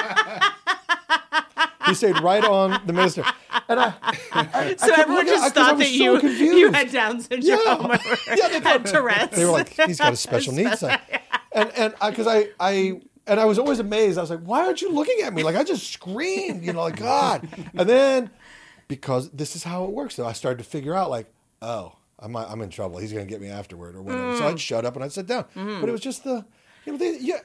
Speaker 2: He stayed right on the minister. And I,
Speaker 1: so
Speaker 2: kept
Speaker 1: everyone
Speaker 2: looking-
Speaker 1: just
Speaker 2: I- 'cause I
Speaker 1: thought
Speaker 2: was
Speaker 1: that
Speaker 2: so
Speaker 1: you you
Speaker 2: confused.
Speaker 1: had Down syndrome
Speaker 2: Yeah.
Speaker 1: or
Speaker 2: yeah, they
Speaker 1: had
Speaker 2: thought,
Speaker 1: Tourette's.
Speaker 2: they
Speaker 1: (laughs)
Speaker 2: were like, he's got a special needs son. And and I because I I and I was always amazed. I was like, why aren't you looking at me? Like I just screamed, you know, like God. And then because this is how it works, though, I started to figure out like, oh, I'm I'm in trouble. He's gonna get me afterward or whatever. So I'd shut up and I'd sit down. But it was just the you know they, yeah.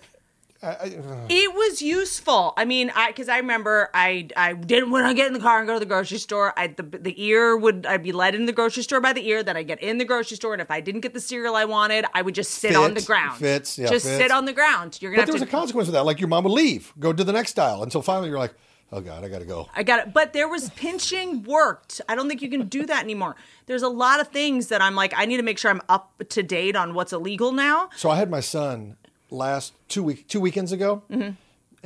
Speaker 2: I, I,
Speaker 1: It was useful. I mean, I because I remember I I didn't when I get in the car and go to the grocery store. I the the ear would I'd be led in the grocery store by the ear. Then I get in the grocery store, and if I didn't get the cereal I wanted, I would just sit on the
Speaker 2: Fits.
Speaker 1: ground.
Speaker 2: Fits. Yeah,
Speaker 1: just
Speaker 2: fits.
Speaker 1: sit on the ground. You're gonna
Speaker 2: but there was
Speaker 1: have
Speaker 2: a
Speaker 1: to.
Speaker 2: consequence of that. Like your mom would leave, go to the next aisle until finally you're like, oh God, I gotta go.
Speaker 1: I got it. But there was pinching worked. I don't think you can do that anymore. There's a lot of things that I'm like, I need to make sure I'm up to date on what's illegal now.
Speaker 2: So I had my son last two week two weekends ago,
Speaker 1: Mm-hmm.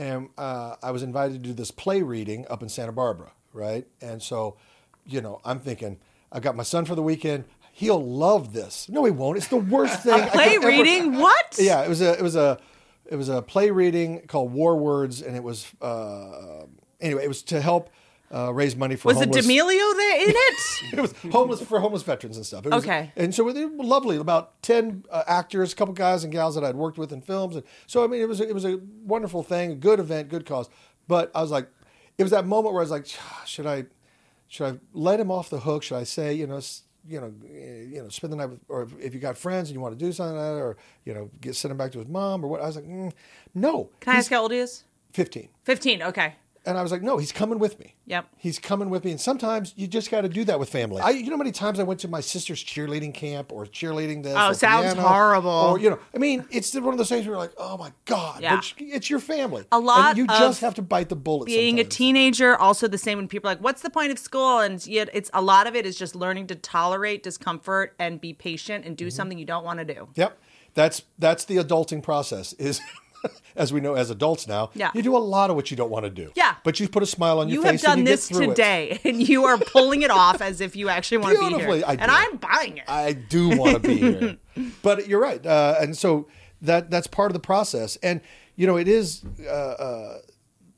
Speaker 2: and uh, I was invited to do this play reading up in Santa Barbara, right? And so, you know, I'm thinking I got my son for the weekend. He'll love this. No, he won't. It's the
Speaker 1: (laughs)
Speaker 2: worst thing. I could
Speaker 1: Play
Speaker 2: ever-
Speaker 1: reading. What?
Speaker 2: Yeah, it was a it was a it was a play reading called War Words, and it was uh, anyway it was to help uh, raise money for
Speaker 1: Was it
Speaker 2: homeless
Speaker 1: D'Amelio there in it?
Speaker 2: (laughs) it was homeless for homeless veterans and stuff. It was-
Speaker 1: Okay.
Speaker 2: and so they were lovely. About ten uh, actors, a couple guys and gals that I'd worked with in films, and so I mean, it was it was a wonderful thing, a good event, good cause. But I was like, "Ah, it was that moment where I was like, should I, should I let him off the hook? Should I say, you know, s- you know, eh, you know, spend the night with, or if- if you got friends and you want to do something, like that, or you know, get send him back to his mom or what. I was like, mm, no,
Speaker 1: Can I ask how old he is?
Speaker 2: fifteen,
Speaker 1: 15. Okay.
Speaker 2: and I was like, no, he's coming with me.
Speaker 1: Yep.
Speaker 2: He's coming with me, and sometimes you just got to do that with family. I, you know, how many times I went to my sister's cheerleading camp or cheerleading this.
Speaker 1: Oh,
Speaker 2: or
Speaker 1: sounds
Speaker 2: piano,
Speaker 1: horrible.
Speaker 2: Or you know, I mean, it's one of those things where you're like, oh my god,
Speaker 1: Yeah.
Speaker 2: but it's your family.
Speaker 1: A lot
Speaker 2: And you
Speaker 1: of
Speaker 2: just have to bite the bullet.
Speaker 1: being a
Speaker 2: sometimes.
Speaker 1: teenager also the same when people are like what's the point of school and yet it's a lot of it is just learning to tolerate discomfort and be patient and do
Speaker 2: Mm-hmm.
Speaker 1: something you don't want to do
Speaker 2: Yep. That's that's the adulting process is (laughs) as we know as adults now.
Speaker 1: Yeah.
Speaker 2: You do a lot of what you don't want to do.
Speaker 1: Yeah.
Speaker 2: But you put a smile on
Speaker 1: you
Speaker 2: your
Speaker 1: have
Speaker 2: face.
Speaker 1: done
Speaker 2: and you
Speaker 1: this
Speaker 2: get through it.
Speaker 1: today (laughs) and you are pulling it off as if you actually want to be here
Speaker 2: Beautifully, I
Speaker 1: and
Speaker 2: do.
Speaker 1: i'm buying it
Speaker 2: (laughs) I do want to be
Speaker 1: (laughs)
Speaker 2: here. But you're right. Uh, and so that that's part of the process. And you know, it is uh, uh,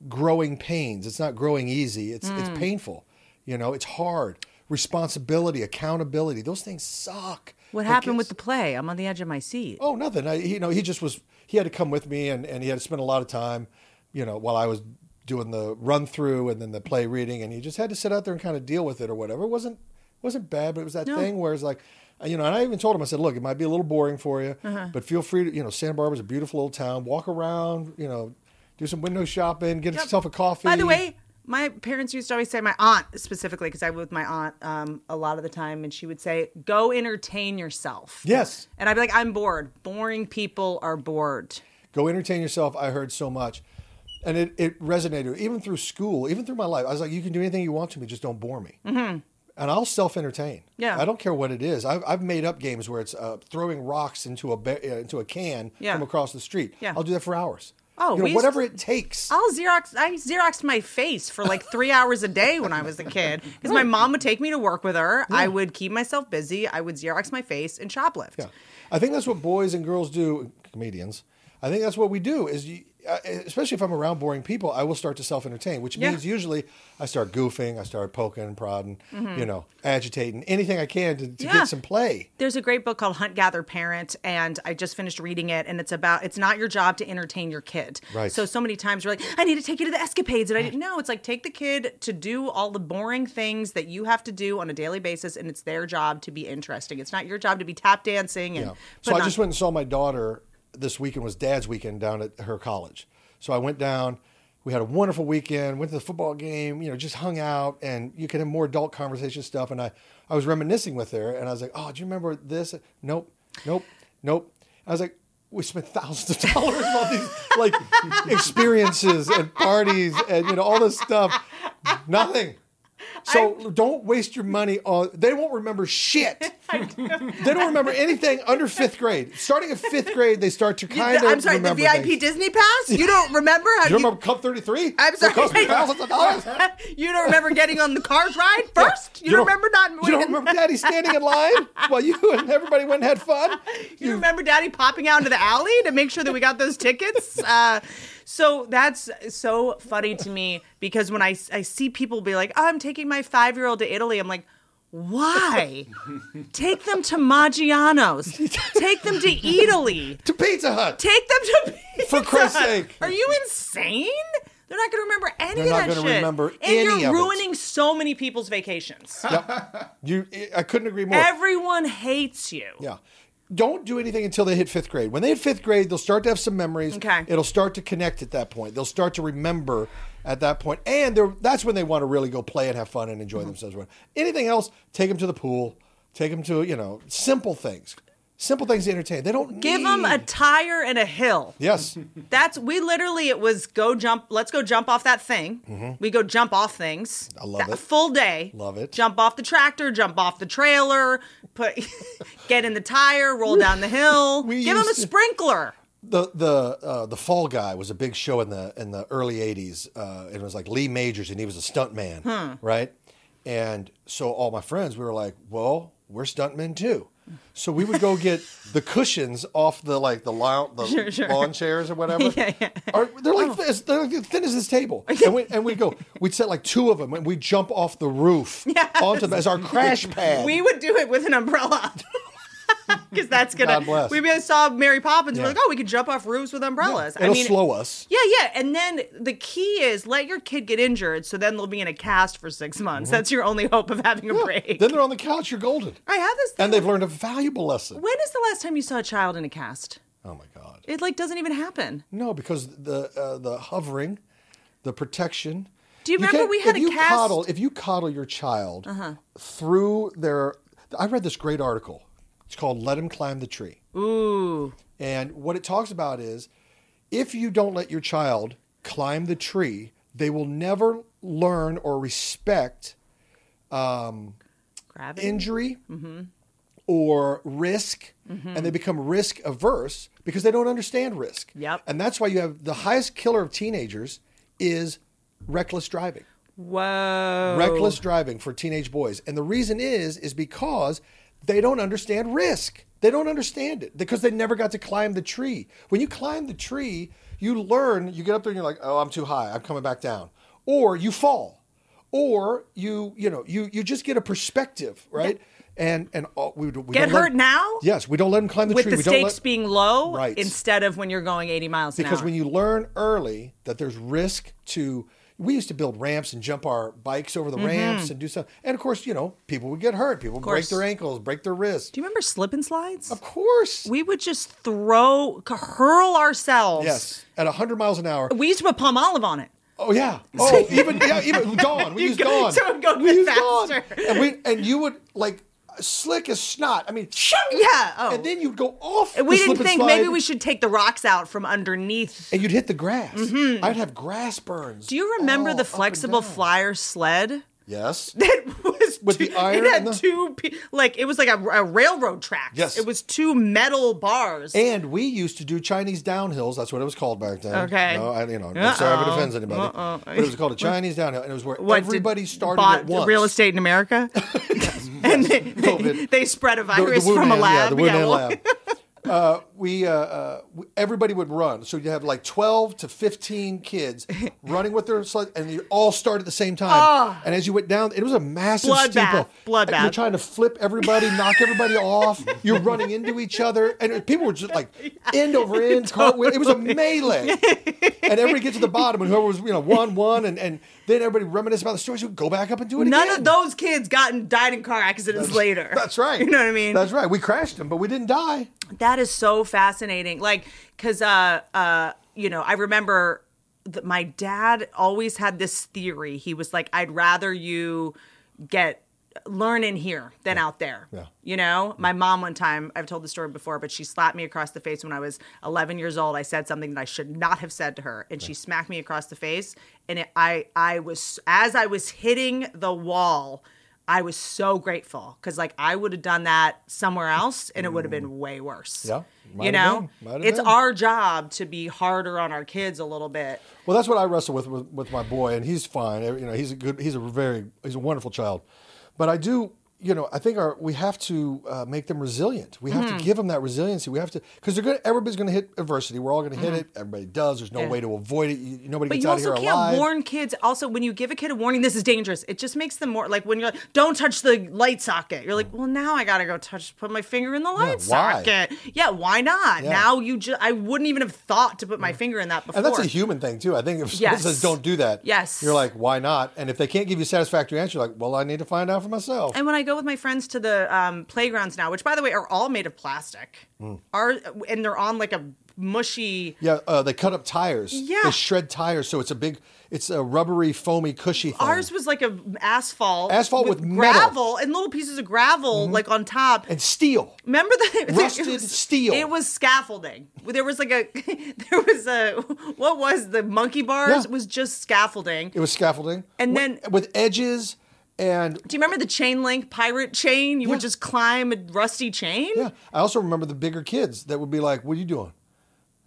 Speaker 2: growing pains. It's not growing easy. It's
Speaker 1: Mm.
Speaker 2: it's painful. You know, it's hard. Responsibility, accountability. Those things suck.
Speaker 1: what happened with the play i'm on the edge of my seat
Speaker 2: Oh, nothing. I, you know, he just was. He had to come with me, and, and he had to spend a lot of time, you know, while I was doing the run through and then the play reading, and he just had to sit out there and kind of deal with it or whatever. It wasn't wasn't bad, but it was that thing where it's like, you know, and I even told him, I said, look, it might be a little boring for you,
Speaker 1: Uh-huh.
Speaker 2: but feel free to, you know, Santa Barbara's a beautiful old town. Walk around, you know, do some window shopping, get yourself a coffee.
Speaker 1: By the way, my parents used to always say, my aunt specifically, because I was with my aunt um, a lot of the time, and she would say, "Go entertain yourself."
Speaker 2: Yes.
Speaker 1: And I'd be like, "I'm bored. Boring people are bored."
Speaker 2: go entertain yourself i heard so much and it, it resonated even through school even through my life i was like you can do anything you want to me just don't bore me mm-hmm. and i'll self-entertain
Speaker 1: Yeah.
Speaker 2: i don't care what it is i've, I've made up games where it's uh, throwing rocks into a ba- uh, into a can
Speaker 1: Yeah.
Speaker 2: from across the street
Speaker 1: Yeah.
Speaker 2: i'll do that for hours
Speaker 1: Oh,
Speaker 2: you know,
Speaker 1: we used
Speaker 2: whatever it takes
Speaker 1: I'll Xerox. I Xeroxed my face for like three hours a day when I was a kid because my mom would take me to work with her. I would keep myself busy. I would Xerox my face and shoplift.
Speaker 2: Yeah, I think that's what boys and girls do. Comedians, I think that's what we do. Is you, uh, especially if I'm around boring people, I will start to self entertain, which
Speaker 1: Yeah.
Speaker 2: means usually I start goofing, I start poking, prodding, you know, agitating anything I can to, to
Speaker 1: Mm-hmm. Yeah.
Speaker 2: get some play.
Speaker 1: There's a great book called Hunt Gather Parent, and I just finished reading it. And it's about it's not your job to entertain your kid.
Speaker 2: Right.
Speaker 1: So so many times we're like, I need to take you to the escapades, and I didn't. No, it's like take the kid to do all the boring things that you have to do on a daily basis, and it's their job to be interesting. It's not your job to be tap dancing. And
Speaker 2: Yeah. So I
Speaker 1: putting
Speaker 2: just
Speaker 1: on-
Speaker 2: went and saw my daughter this weekend was Dad's weekend down at her college. So I went down. We had a wonderful weekend. Went to the football game. You know, just hung out, and you could have more adult conversation stuff. And I, I was reminiscing with her, and I was like, "Oh, do you remember this? Nope, nope, nope." I was like, "We spent thousands of (laughs) dollars on these like experiences and parties, and you know all this stuff. Nothing." So don't waste your money on. They won't remember
Speaker 1: (laughs)
Speaker 2: shit. They don't remember anything under fifth grade. Starting at fifth grade, they start to kind of
Speaker 1: I'm sorry, the
Speaker 2: remember
Speaker 1: VIP
Speaker 2: things.
Speaker 1: Disney pass. You don't remember how
Speaker 2: You
Speaker 1: you,
Speaker 2: remember Club 33?
Speaker 1: I'm sorry.
Speaker 2: It cost me thousands of dollars.
Speaker 1: (laughs) you don't remember getting on the cars ride first. You, don't remember not.
Speaker 2: You don't remember Daddy standing in line while you and everybody went and had fun?
Speaker 1: You remember Daddy popping out into the alley to make sure that we got those
Speaker 2: (laughs)
Speaker 1: tickets? Uh, so that's so funny to me because when I, I see people be like, oh, I'm taking my five year old to Italy, I'm like,
Speaker 2: (laughs)
Speaker 1: why? Take them to Maggiano's. Take them to Italy.
Speaker 2: To Pizza Hut.
Speaker 1: Take them to Pizza
Speaker 2: (laughs) For Christ's
Speaker 1: Hut.
Speaker 2: sake.
Speaker 1: Are you insane? They're not going to remember any
Speaker 2: They're
Speaker 1: of
Speaker 2: not
Speaker 1: that
Speaker 2: gonna
Speaker 1: shit.
Speaker 2: remember
Speaker 1: and
Speaker 2: any
Speaker 1: you're
Speaker 2: of it.
Speaker 1: ruining so many people's vacations.
Speaker 2: You, I couldn't agree more.
Speaker 1: Everyone hates you.
Speaker 2: Yeah. Don't do anything until they hit fifth grade. When they hit fifth grade, they'll start to have some memories.
Speaker 1: Okay.
Speaker 2: It'll start to connect at that point. They'll start to remember at that point. And they're, that's when they want to really go play and have fun and
Speaker 1: Mm-hmm.
Speaker 2: enjoy themselves. Anything else, take them to the pool. Take them to, you know, simple things. Simple things to entertain. They don't
Speaker 1: Give them
Speaker 2: Mm.
Speaker 1: a tire and a hill.
Speaker 2: Yes.
Speaker 1: That's we literally it was go jump. Let's go jump off that thing. We go jump off things. I
Speaker 2: Mm-hmm. love it.
Speaker 1: Full day.
Speaker 2: Love it.
Speaker 1: Jump off the tractor. Jump off the trailer. Put (laughs) get in the tire. Roll down the hill.
Speaker 2: (laughs) We
Speaker 1: Give them a
Speaker 2: used to-
Speaker 1: sprinkler.
Speaker 2: the the uh, the Fall Guy was a big show in the in the early '80s. Uh, it was like Lee Majors, and he was a stuntman,
Speaker 1: Hmm.
Speaker 2: right? And so all my friends, we were like, "Well, we're stuntmen too." So we would
Speaker 1: (laughs)
Speaker 2: go get the cushions off the like the, lou- the
Speaker 1: Sure, sure.
Speaker 2: lawn chairs or whatever.
Speaker 1: (laughs) Yeah, yeah. Oh.
Speaker 2: Or- they're like this, they're like as thin as this table,
Speaker 1: (laughs)
Speaker 2: and we and we go, we'd set like two of them, and we would jump off
Speaker 1: (laughs)
Speaker 2: the roof onto the, as our crash
Speaker 1: (laughs)
Speaker 2: pad.
Speaker 1: We would do it with an umbrella. because that's gonna.
Speaker 2: God bless.
Speaker 1: We both saw Mary Poppins. We're
Speaker 2: Yeah.
Speaker 1: like, oh, we could jump off roofs with umbrellas.
Speaker 2: It'll
Speaker 1: I mean, (laughs)
Speaker 2: slow us.
Speaker 1: yeah, yeah. And then the key is let your kid get injured, so then they'll be in a cast for six months.
Speaker 2: Mm-hmm.
Speaker 1: That's your only hope of having a break.
Speaker 2: Then they're on the couch. You're golden.
Speaker 1: I have this. Thing.
Speaker 2: And they've learned a valuable lesson.
Speaker 1: when is the last time you saw a child in a cast?
Speaker 2: Oh my God.
Speaker 1: It like doesn't even happen.
Speaker 2: No, because the uh, the hovering, the protection.
Speaker 1: Do you remember
Speaker 2: can't-
Speaker 1: we had
Speaker 2: if
Speaker 1: a
Speaker 2: you
Speaker 1: cast- Uh-huh.
Speaker 2: Coddle, if you coddle your child through their, I read this great article. It's called "Let Him Climb the Tree,"
Speaker 1: Ooh,
Speaker 2: and what it talks about is if you don't let your child climb the tree, they will never learn or respect
Speaker 1: gravity.
Speaker 2: injury or risk, and they become risk averse because they don't understand risk.
Speaker 1: Yep.
Speaker 2: And that's why you have the highest killer of teenagers is reckless driving.
Speaker 1: Whoa.
Speaker 2: Reckless driving for teenage boys. And the reason is is because they don't understand risk. They don't understand it because they never got to climb the tree. When you climb the tree, you learn, you get up there and you're like, "Oh, I'm too high. I'm coming back down." Or you fall. Or you, you know, you you just get a perspective, right? And and all, we, we
Speaker 1: Get
Speaker 2: don't let-
Speaker 1: hurt now?
Speaker 2: Yes, we don't let them climb the
Speaker 1: With
Speaker 2: tree.
Speaker 1: the
Speaker 2: we don't
Speaker 1: stakes
Speaker 2: let,
Speaker 1: being low
Speaker 2: Right.
Speaker 1: instead of when you're going 80 miles an
Speaker 2: because
Speaker 1: hour.
Speaker 2: when you learn early that there's risk to we used to build ramps and jump our bikes over the
Speaker 1: Mm-hmm.
Speaker 2: ramps and do stuff and of course you know people would get hurt people break
Speaker 1: course.
Speaker 2: their ankles break their wrists
Speaker 1: Do you remember slip and slides?
Speaker 2: of course
Speaker 1: We would just throw, c- hurl ourselves.
Speaker 2: yes at 100 miles an hour
Speaker 1: We used to put palm olive on it. (laughs)
Speaker 2: oh yeah oh even yeah even dawn we
Speaker 1: You
Speaker 2: used
Speaker 1: go-
Speaker 2: dawn
Speaker 1: so it goes
Speaker 2: we used dawn
Speaker 1: faster.
Speaker 2: and we and you would like slick as snot i mean
Speaker 1: Yeah, oh.
Speaker 2: and then you'd go off
Speaker 1: We
Speaker 2: the
Speaker 1: didn't
Speaker 2: slip and
Speaker 1: think maybe
Speaker 2: slide,
Speaker 1: we should take the rocks out from underneath.
Speaker 2: and you'd hit the grass i'd have grass burns
Speaker 1: Mm-hmm. Do you remember
Speaker 2: all
Speaker 1: the
Speaker 2: Oh, up and
Speaker 1: flexible
Speaker 2: down.
Speaker 1: flyer sled? (laughs)
Speaker 2: yes
Speaker 1: That was
Speaker 2: With
Speaker 1: two-
Speaker 2: the iron
Speaker 1: It had
Speaker 2: and the-
Speaker 1: two, pe- like it was like a, a railroad track.
Speaker 2: Yes.
Speaker 1: it was two metal bars.
Speaker 2: And we used to do Chinese downhills. That's what it was called back then.
Speaker 1: Okay.
Speaker 2: No, I, you know, I'm sorry if it
Speaker 1: Uh-oh.
Speaker 2: offends anybody.
Speaker 1: Uh-oh.
Speaker 2: But it was
Speaker 1: (laughs)
Speaker 2: called a Chinese downhill, and it was where
Speaker 1: What, did-
Speaker 2: everybody started
Speaker 1: bought
Speaker 2: at once.
Speaker 1: real estate in
Speaker 2: (laughs)
Speaker 1: America, (laughs) and they, they, (laughs)
Speaker 2: COVID.
Speaker 1: they spread a
Speaker 2: The- the
Speaker 1: virus from a
Speaker 2: Wuhan-
Speaker 1: lab.
Speaker 2: Yeah, the Wuhan
Speaker 1: well- (laughs)
Speaker 2: lab. Uh, we uh, uh, w- everybody would run, so you have like twelve to fifteen kids running with their sled, and you all start at the same time. And as you went down, it was a massive
Speaker 1: Bloodbath.
Speaker 2: steep hill.
Speaker 1: Bloodbath.
Speaker 2: You're trying to flip everybody, knock everybody off. You're running into each other, and it- people were just like end over end. Cartwheel. It was a melee, and everybody get to the bottom, and whoever was you know one one, and and then everybody reminisce about the stories. You go back up and do it
Speaker 1: None
Speaker 2: again.
Speaker 1: of those kids got in, died in car accidents later.
Speaker 2: (laughs)
Speaker 1: (laughs)
Speaker 2: That's right.
Speaker 1: You know what I mean?
Speaker 2: That's right. We crashed them, but we didn't die.
Speaker 1: That is so fascinating. Like, cause uh uh, you know, I remember that my dad always had this theory. He was like, I'd rather you get learn in here than out there.
Speaker 2: Yeah.
Speaker 1: You know, my mom one time, I've told the story before, but she slapped me across the face when I was 11 years old. I said something that I should not have said to her, and she smacked me across the face. And it, I, I was, as I was hitting the wall, I was so grateful because, like, I would have done that somewhere else, and it would have
Speaker 2: Mm.
Speaker 1: been way worse.
Speaker 2: Yeah, might
Speaker 1: you
Speaker 2: have
Speaker 1: know,
Speaker 2: been, might have
Speaker 1: it's
Speaker 2: been.
Speaker 1: our job to be harder on our kids a little bit.
Speaker 2: Well, that's what I wrestle with, with with my boy, and he's fine. You know, he's a good, he's a very, he's a wonderful child. But I do, you know, I think our we have to uh, make them resilient. We have
Speaker 1: Hmm.
Speaker 2: to give them that resiliency. We have to because they're going. to Everybody's going to hit adversity. We're all going to hit it. Everybody does. There's no
Speaker 1: Hmm. Yeah.
Speaker 2: way to avoid it. You, nobody
Speaker 1: But
Speaker 2: gets
Speaker 1: you
Speaker 2: out of here
Speaker 1: also can't
Speaker 2: alive.
Speaker 1: warn kids. Also, when you give a kid a warning, this is dangerous. It just makes them more like when you're like, "Don't touch the light socket." You're like, "Well, now I gotta go touch, put my finger in the light
Speaker 2: why?
Speaker 1: socket." Yeah, why not?
Speaker 2: Yeah.
Speaker 1: Now you just, I wouldn't even have thought to put my finger in that before.
Speaker 2: and that's a human thing too. I think if someone
Speaker 1: Yes.
Speaker 2: says don't do that,
Speaker 1: Yes.
Speaker 2: you're like why not? And if they can't give you a satisfactory answer, you're like well, I need to find out for myself.
Speaker 1: And when I go with my friends to the um, playgrounds now, which by the way are all made of plastic,
Speaker 2: Hmm.
Speaker 1: are and they're on like a mushy.
Speaker 2: yeah, uh, they cut up tires.
Speaker 1: Yeah.
Speaker 2: they shred tires, so it's a big, it's a rubbery, foamy, cushy thing.
Speaker 1: Ours was like a asphalt,
Speaker 2: Oh. Asphalt with metal. Mm-hmm.
Speaker 1: gravel and little pieces of gravel like on top,
Speaker 2: and steel.
Speaker 1: Remember the
Speaker 2: Rusted
Speaker 1: it was-
Speaker 2: steel.
Speaker 1: It was scaffolding. There was like a (laughs) there was a what was the monkey bars
Speaker 2: Yeah.
Speaker 1: It was just scaffolding.
Speaker 2: It was scaffolding,
Speaker 1: And
Speaker 2: Wi-
Speaker 1: then-
Speaker 2: with edges and
Speaker 1: Do you remember the chain link pirate chain? You
Speaker 2: Yeah.
Speaker 1: would just climb a rusty chain.
Speaker 2: yeah. I also remember the bigger kids that would be like, "What are you doing?"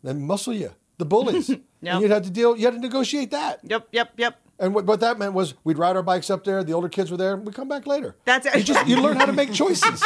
Speaker 2: They muscle you,
Speaker 1: (laughs)
Speaker 2: the bullies. And you'd have to deal. You had to negotiate that.
Speaker 1: Yep, yep, yep.
Speaker 2: And what, what that meant was, we'd ride our bikes up there. The older kids were there. We would come back later.
Speaker 1: That's it. (laughs)
Speaker 2: You just you learn how to make choices.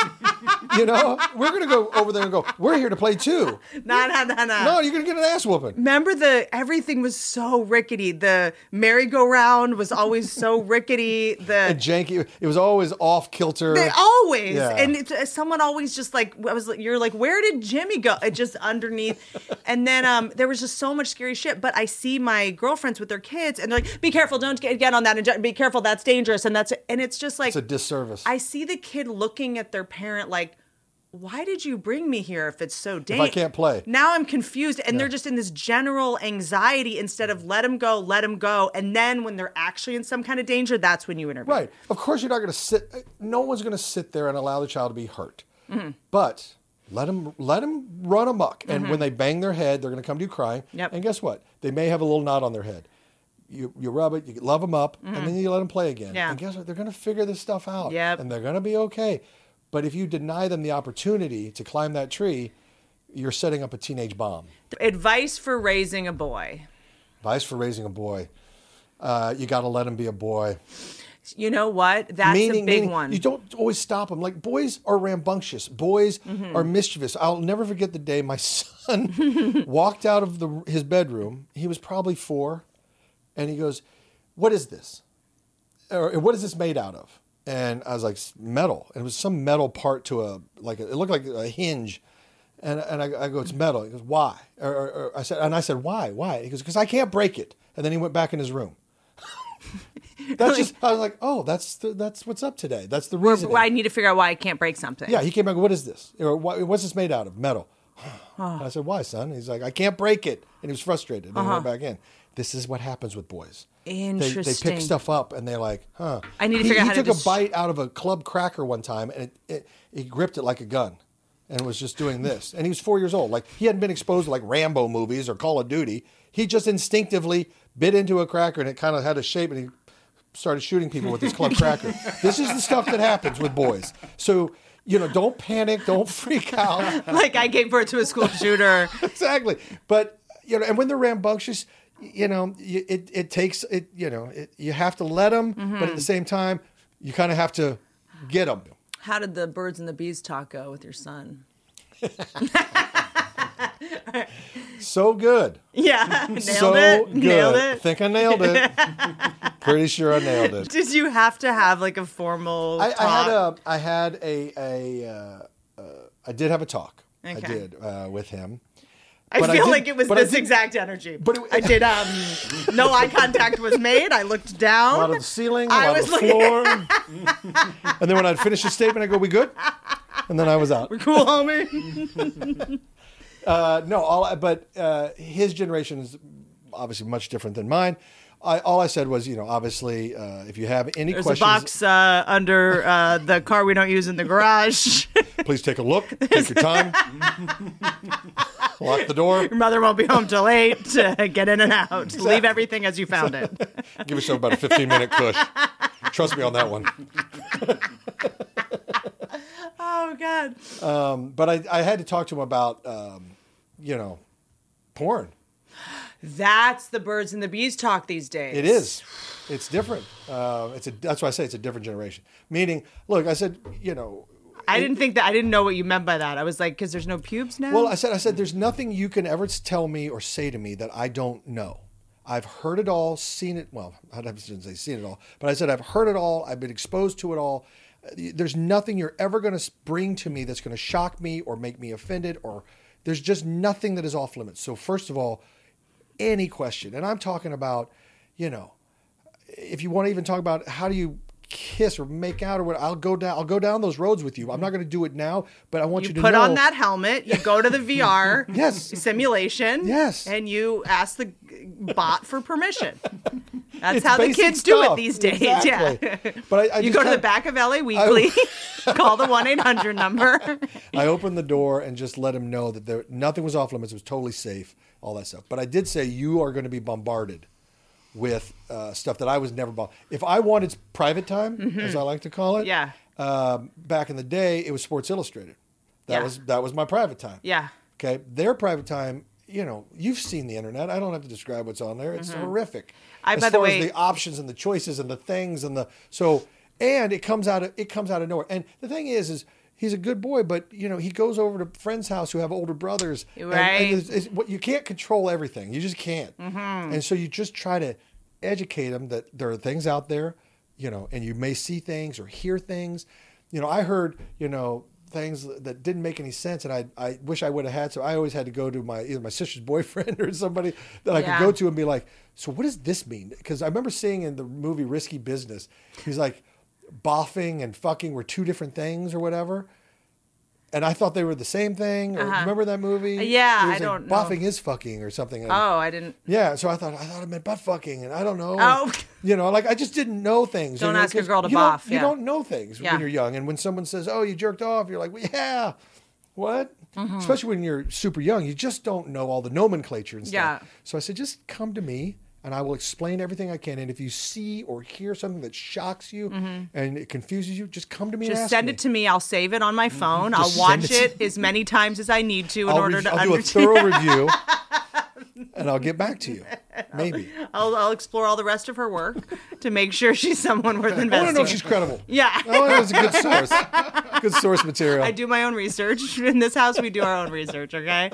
Speaker 2: you know, we're gonna go over there and go. We're here to
Speaker 1: (laughs)
Speaker 2: play too.
Speaker 1: No, no, no, no.
Speaker 2: No, you're gonna get an ass whooping.
Speaker 1: Remember the everything was so rickety. The merry-go-round was always so rickety. The
Speaker 2: (laughs) And janky. It was always off kilter.
Speaker 1: They always
Speaker 2: Yeah.
Speaker 1: and it's, uh, someone always just like I was like you're like where did Jimmy go? It just
Speaker 2: (laughs)
Speaker 1: underneath, and then um there was just so much scary shit. But I see my girlfriends with their kids and they're like be careful, don't get, get on that and ju- be careful that's dangerous and that's and it's just like
Speaker 2: It's a disservice.
Speaker 1: I see the kid looking at their parent like. Why did you bring me here if it's so
Speaker 2: I
Speaker 1: dangerous?
Speaker 2: can't play.
Speaker 1: Now I'm confused, and they're just in this general anxiety instead of let them go, let them go. And then when they're actually in some kind of danger, that's when you intervene.
Speaker 2: Right. Of course, you're not going to sit. No one's going to sit there and allow the child to be hurt.
Speaker 1: Mm-hmm.
Speaker 2: But let them let them run amok. And when they bang their head, they're going to come to you crying.
Speaker 1: Mm-hmm. Yep.
Speaker 2: And guess what? They may have a little knot on their head. You you rub it, you love them up, and then you let them play again.
Speaker 1: Mm. Yeah.
Speaker 2: And guess what? They're going to figure this stuff out.
Speaker 1: Yep.
Speaker 2: And they're going to be okay. But if you deny them the opportunity to climb that tree, you're setting up a teenage bomb.
Speaker 1: Advice for raising a boy.
Speaker 2: Advice for raising a boy. Uh, you got to let him be a boy.
Speaker 1: You know what? That's a big one.
Speaker 2: You don't always stop them. Like boys are rambunctious. Boys
Speaker 1: Mm-hmm.
Speaker 2: are mischievous. I'll never forget the day my
Speaker 1: (laughs)
Speaker 2: (laughs) son walked out of the, his bedroom. He was probably four, and he goes, "What is this? Or what is this made out of?" And I was like, "S- "Metal." And it was some metal part to a like a, it looked like a hinge. And, and I, I go, it's metal. He goes, why? Or, or, or I said, and I said, why? Why? He goes, because I can't break it. And then he went back in
Speaker 1: (laughs)
Speaker 2: his room. That's just. I was like, oh, that's the, that's what's up today. That's the reason.
Speaker 1: I need to figure out why I can't break something.
Speaker 2: yeah, he came back. What is this? Or what, what's this made out of? Metal. And I said, why, son? He's like, I can't break it, and he was frustrated. And he went
Speaker 1: Uh-huh.
Speaker 2: back in. This is what happens with boys. They, they
Speaker 1: Interesting.
Speaker 2: pick stuff up and they're like, huh.
Speaker 1: I need to
Speaker 2: He-
Speaker 1: figure out how
Speaker 2: he
Speaker 1: to
Speaker 2: took
Speaker 1: dis-
Speaker 2: a bite out of a club cracker one time, and it, it, he gripped it like a gun, and was just doing this. And he was four years old. Like he hadn't been exposed to like Rambo movies or Call of Duty. He just instinctively bit into a cracker, and it kind of had a shape, and he started shooting people with
Speaker 1: (laughs)
Speaker 2: his club cracker. this is the stuff that happens with boys. So you know, don't panic, don't (laughs) freak out.
Speaker 1: Like I gave birth to a school shooter. (laughs)
Speaker 2: exactly. But you know, and when they're rambunctious, you know, you- it it takes it. You know, it, you have to let them, but
Speaker 1: Mm-hmm.
Speaker 2: at the same time, you kind of have to get them.
Speaker 1: How did the birds and the bees talk go with your son?
Speaker 2: So good,
Speaker 1: Yeah, (laughs) nailed
Speaker 2: so
Speaker 1: it.
Speaker 2: good.
Speaker 1: Nailed it.
Speaker 2: Think I
Speaker 1: (laughs)
Speaker 2: nailed it. Pretty sure I nailed it.
Speaker 1: Did you have to have like a formal?
Speaker 2: I,
Speaker 1: talk?
Speaker 2: I had a, I had a, a, uh, uh, I did have a talk. I
Speaker 1: Okay.
Speaker 2: did uh, with him.
Speaker 1: I
Speaker 2: but I
Speaker 1: feel
Speaker 2: did-
Speaker 1: like it was
Speaker 2: but I
Speaker 1: this
Speaker 2: did-
Speaker 1: exact energy.
Speaker 2: but it-
Speaker 1: I did. Um, no eye contact was made. I looked
Speaker 2: A
Speaker 1: down.
Speaker 2: lot of the ceiling, a
Speaker 1: I
Speaker 2: lot of
Speaker 1: was
Speaker 2: the
Speaker 1: looking-
Speaker 2: floor. and then when I'd finish the statement, I go, "We good?" And then I was out.
Speaker 1: (laughs) cool, homie.
Speaker 2: Uh, no, all but uh, his generation is obviously much different than mine. I, all I said was, you know, obviously, uh, if you have any
Speaker 1: There's
Speaker 2: questions,
Speaker 1: a box (laughs) uh, under uh, the car we don't use in the garage. (laughs)
Speaker 2: please take a look, take your time, lock the door,
Speaker 1: Your mother won't be home till eight. (laughs) Uh, get in and out. Leave everything as you found it.
Speaker 2: give yourself about a fifteen minute push. Trust me on that one.
Speaker 1: Oh God.
Speaker 2: But I, I had to talk to him about, um, you know, porn.
Speaker 1: That's the birds and the bees talk these days.
Speaker 2: It is. It's different. Uh, it's a, that's why I say it's a different generation. Meaning, look, I said, you know,
Speaker 1: I didn't think that. I didn't know what you meant by that. I was like, because there's no pubes now.
Speaker 2: Well, I said, I said, there's nothing you can ever tell me or say to me that I don't know. I've heard it all, seen it. Well, (laughs) I shouldn't say seen it all, but I said I've heard it all. I've been exposed to it all. There's nothing you're ever going to bring to me that's going to shock me or make me offended, or there's just nothing that is off limits. So first of all, any question, and I'm talking about, you know, if you want to even talk about how do you kiss or make out or what, I'll go down. I'll go down those roads with you. I'm not going to do it now, but I want you,
Speaker 1: Mm-hmm. you
Speaker 2: to
Speaker 1: put
Speaker 2: know,
Speaker 1: on that helmet. You go to
Speaker 2: (laughs)
Speaker 1: the VR
Speaker 2: Yes.
Speaker 1: (laughs) simulation.
Speaker 2: Yes.
Speaker 1: and you ask the bot for
Speaker 2: (laughs)
Speaker 1: permission. That's
Speaker 2: It's
Speaker 1: how the
Speaker 2: basic
Speaker 1: kids do it
Speaker 2: stuff.
Speaker 1: these days. (laughs) Yeah.
Speaker 2: Exactly. But
Speaker 1: (laughs)
Speaker 2: I, I
Speaker 1: You
Speaker 2: just
Speaker 1: go to the
Speaker 2: kinda-
Speaker 1: back of LA Weekly, (laughs) call the one eight hundred
Speaker 2: (laughs)
Speaker 1: number.
Speaker 2: I opened the door and just let him know that there, nothing was off limits. It was totally safe, all that stuff. But I did say you are going to be bombarded with uh, stuff that I was never bombarded. If I wanted private time, as I like to call
Speaker 1: Mm-hmm.
Speaker 2: it,
Speaker 1: Yeah.
Speaker 2: Um, back in the day, it was Sports Illustrated. That
Speaker 1: Yeah.
Speaker 2: was that was my private time.
Speaker 1: Yeah.
Speaker 2: Okay. Their private time. You know, you've seen the internet. I don't have to describe what's on there. It's horrific.
Speaker 1: Mm-hmm. I-
Speaker 2: as
Speaker 1: by the
Speaker 2: far
Speaker 1: way-
Speaker 2: as the options and the choices and the things and the so, and it comes out of it comes out of nowhere. And the thing is, is he's a good boy, but you know he goes over to friends' house who have older brothers. and-
Speaker 1: Right.
Speaker 2: And, it's, it's, what- you can't control everything. You just can't. And so you just try to educate them that there are things out there, you know, and you may see things or hear things. You know, I heard you know things that didn't make any sense, and I I wish I would have had. So I always had to go to my either my sister's (laughs) boyfriend or somebody that I
Speaker 1: Yeah.
Speaker 2: could go to and be like, so what does this mean? Because I remember seeing in the movie Risky Business, he's like. Boffing and fucking were two different things, or whatever and I thought they were the same thing. Or,
Speaker 1: Uh-huh.
Speaker 2: Remember that movie?
Speaker 1: Yeah,
Speaker 2: It was
Speaker 1: I don't know.
Speaker 2: boffing is fucking or something. And-
Speaker 1: Oh, I didn't.
Speaker 2: Yeah, so I thought I thought it meant butt fucking, and I don't know.
Speaker 1: Oh.
Speaker 2: you know, like I just didn't know things.
Speaker 1: Don't
Speaker 2: you know,
Speaker 1: ask a
Speaker 2: 'cause
Speaker 1: girl to
Speaker 2: you don't-
Speaker 1: boff,
Speaker 2: You
Speaker 1: yeah.
Speaker 2: don't know things
Speaker 1: Yeah.
Speaker 2: when you're young, and when someone says, "Oh, you jerked off," you're like, well, "Yeah, what?"
Speaker 1: Mm-hmm.
Speaker 2: Especially when you're super young, you just don't know all the nomenclature and stuff.
Speaker 1: Yeah.
Speaker 2: So I said, just come to me. And I will explain everything I can. And if you see or hear something that shocks you and it confuses you, just come to me. and
Speaker 1: Mm-hmm. Just
Speaker 2: ask
Speaker 1: send
Speaker 2: me.
Speaker 1: it to me. I'll save it on my phone.
Speaker 2: Just
Speaker 1: I'll watch
Speaker 2: send it
Speaker 1: it as many times as I need to in
Speaker 2: I'll,
Speaker 1: order
Speaker 2: rev-
Speaker 1: to
Speaker 2: I'll do a
Speaker 1: understand. (laughs)
Speaker 2: thorough review, and I'll get back to you.
Speaker 1: (laughs)
Speaker 2: Maybe.
Speaker 1: I'll, I'll explore all the rest of her work to make sure she's someone worth
Speaker 2: I want to
Speaker 1: investing.
Speaker 2: know if she's credible.
Speaker 1: yeah. (laughs)
Speaker 2: I want to know if it's a good source. Good source material.
Speaker 1: I do my own research. (laughs) In this house, we do our own research, okay?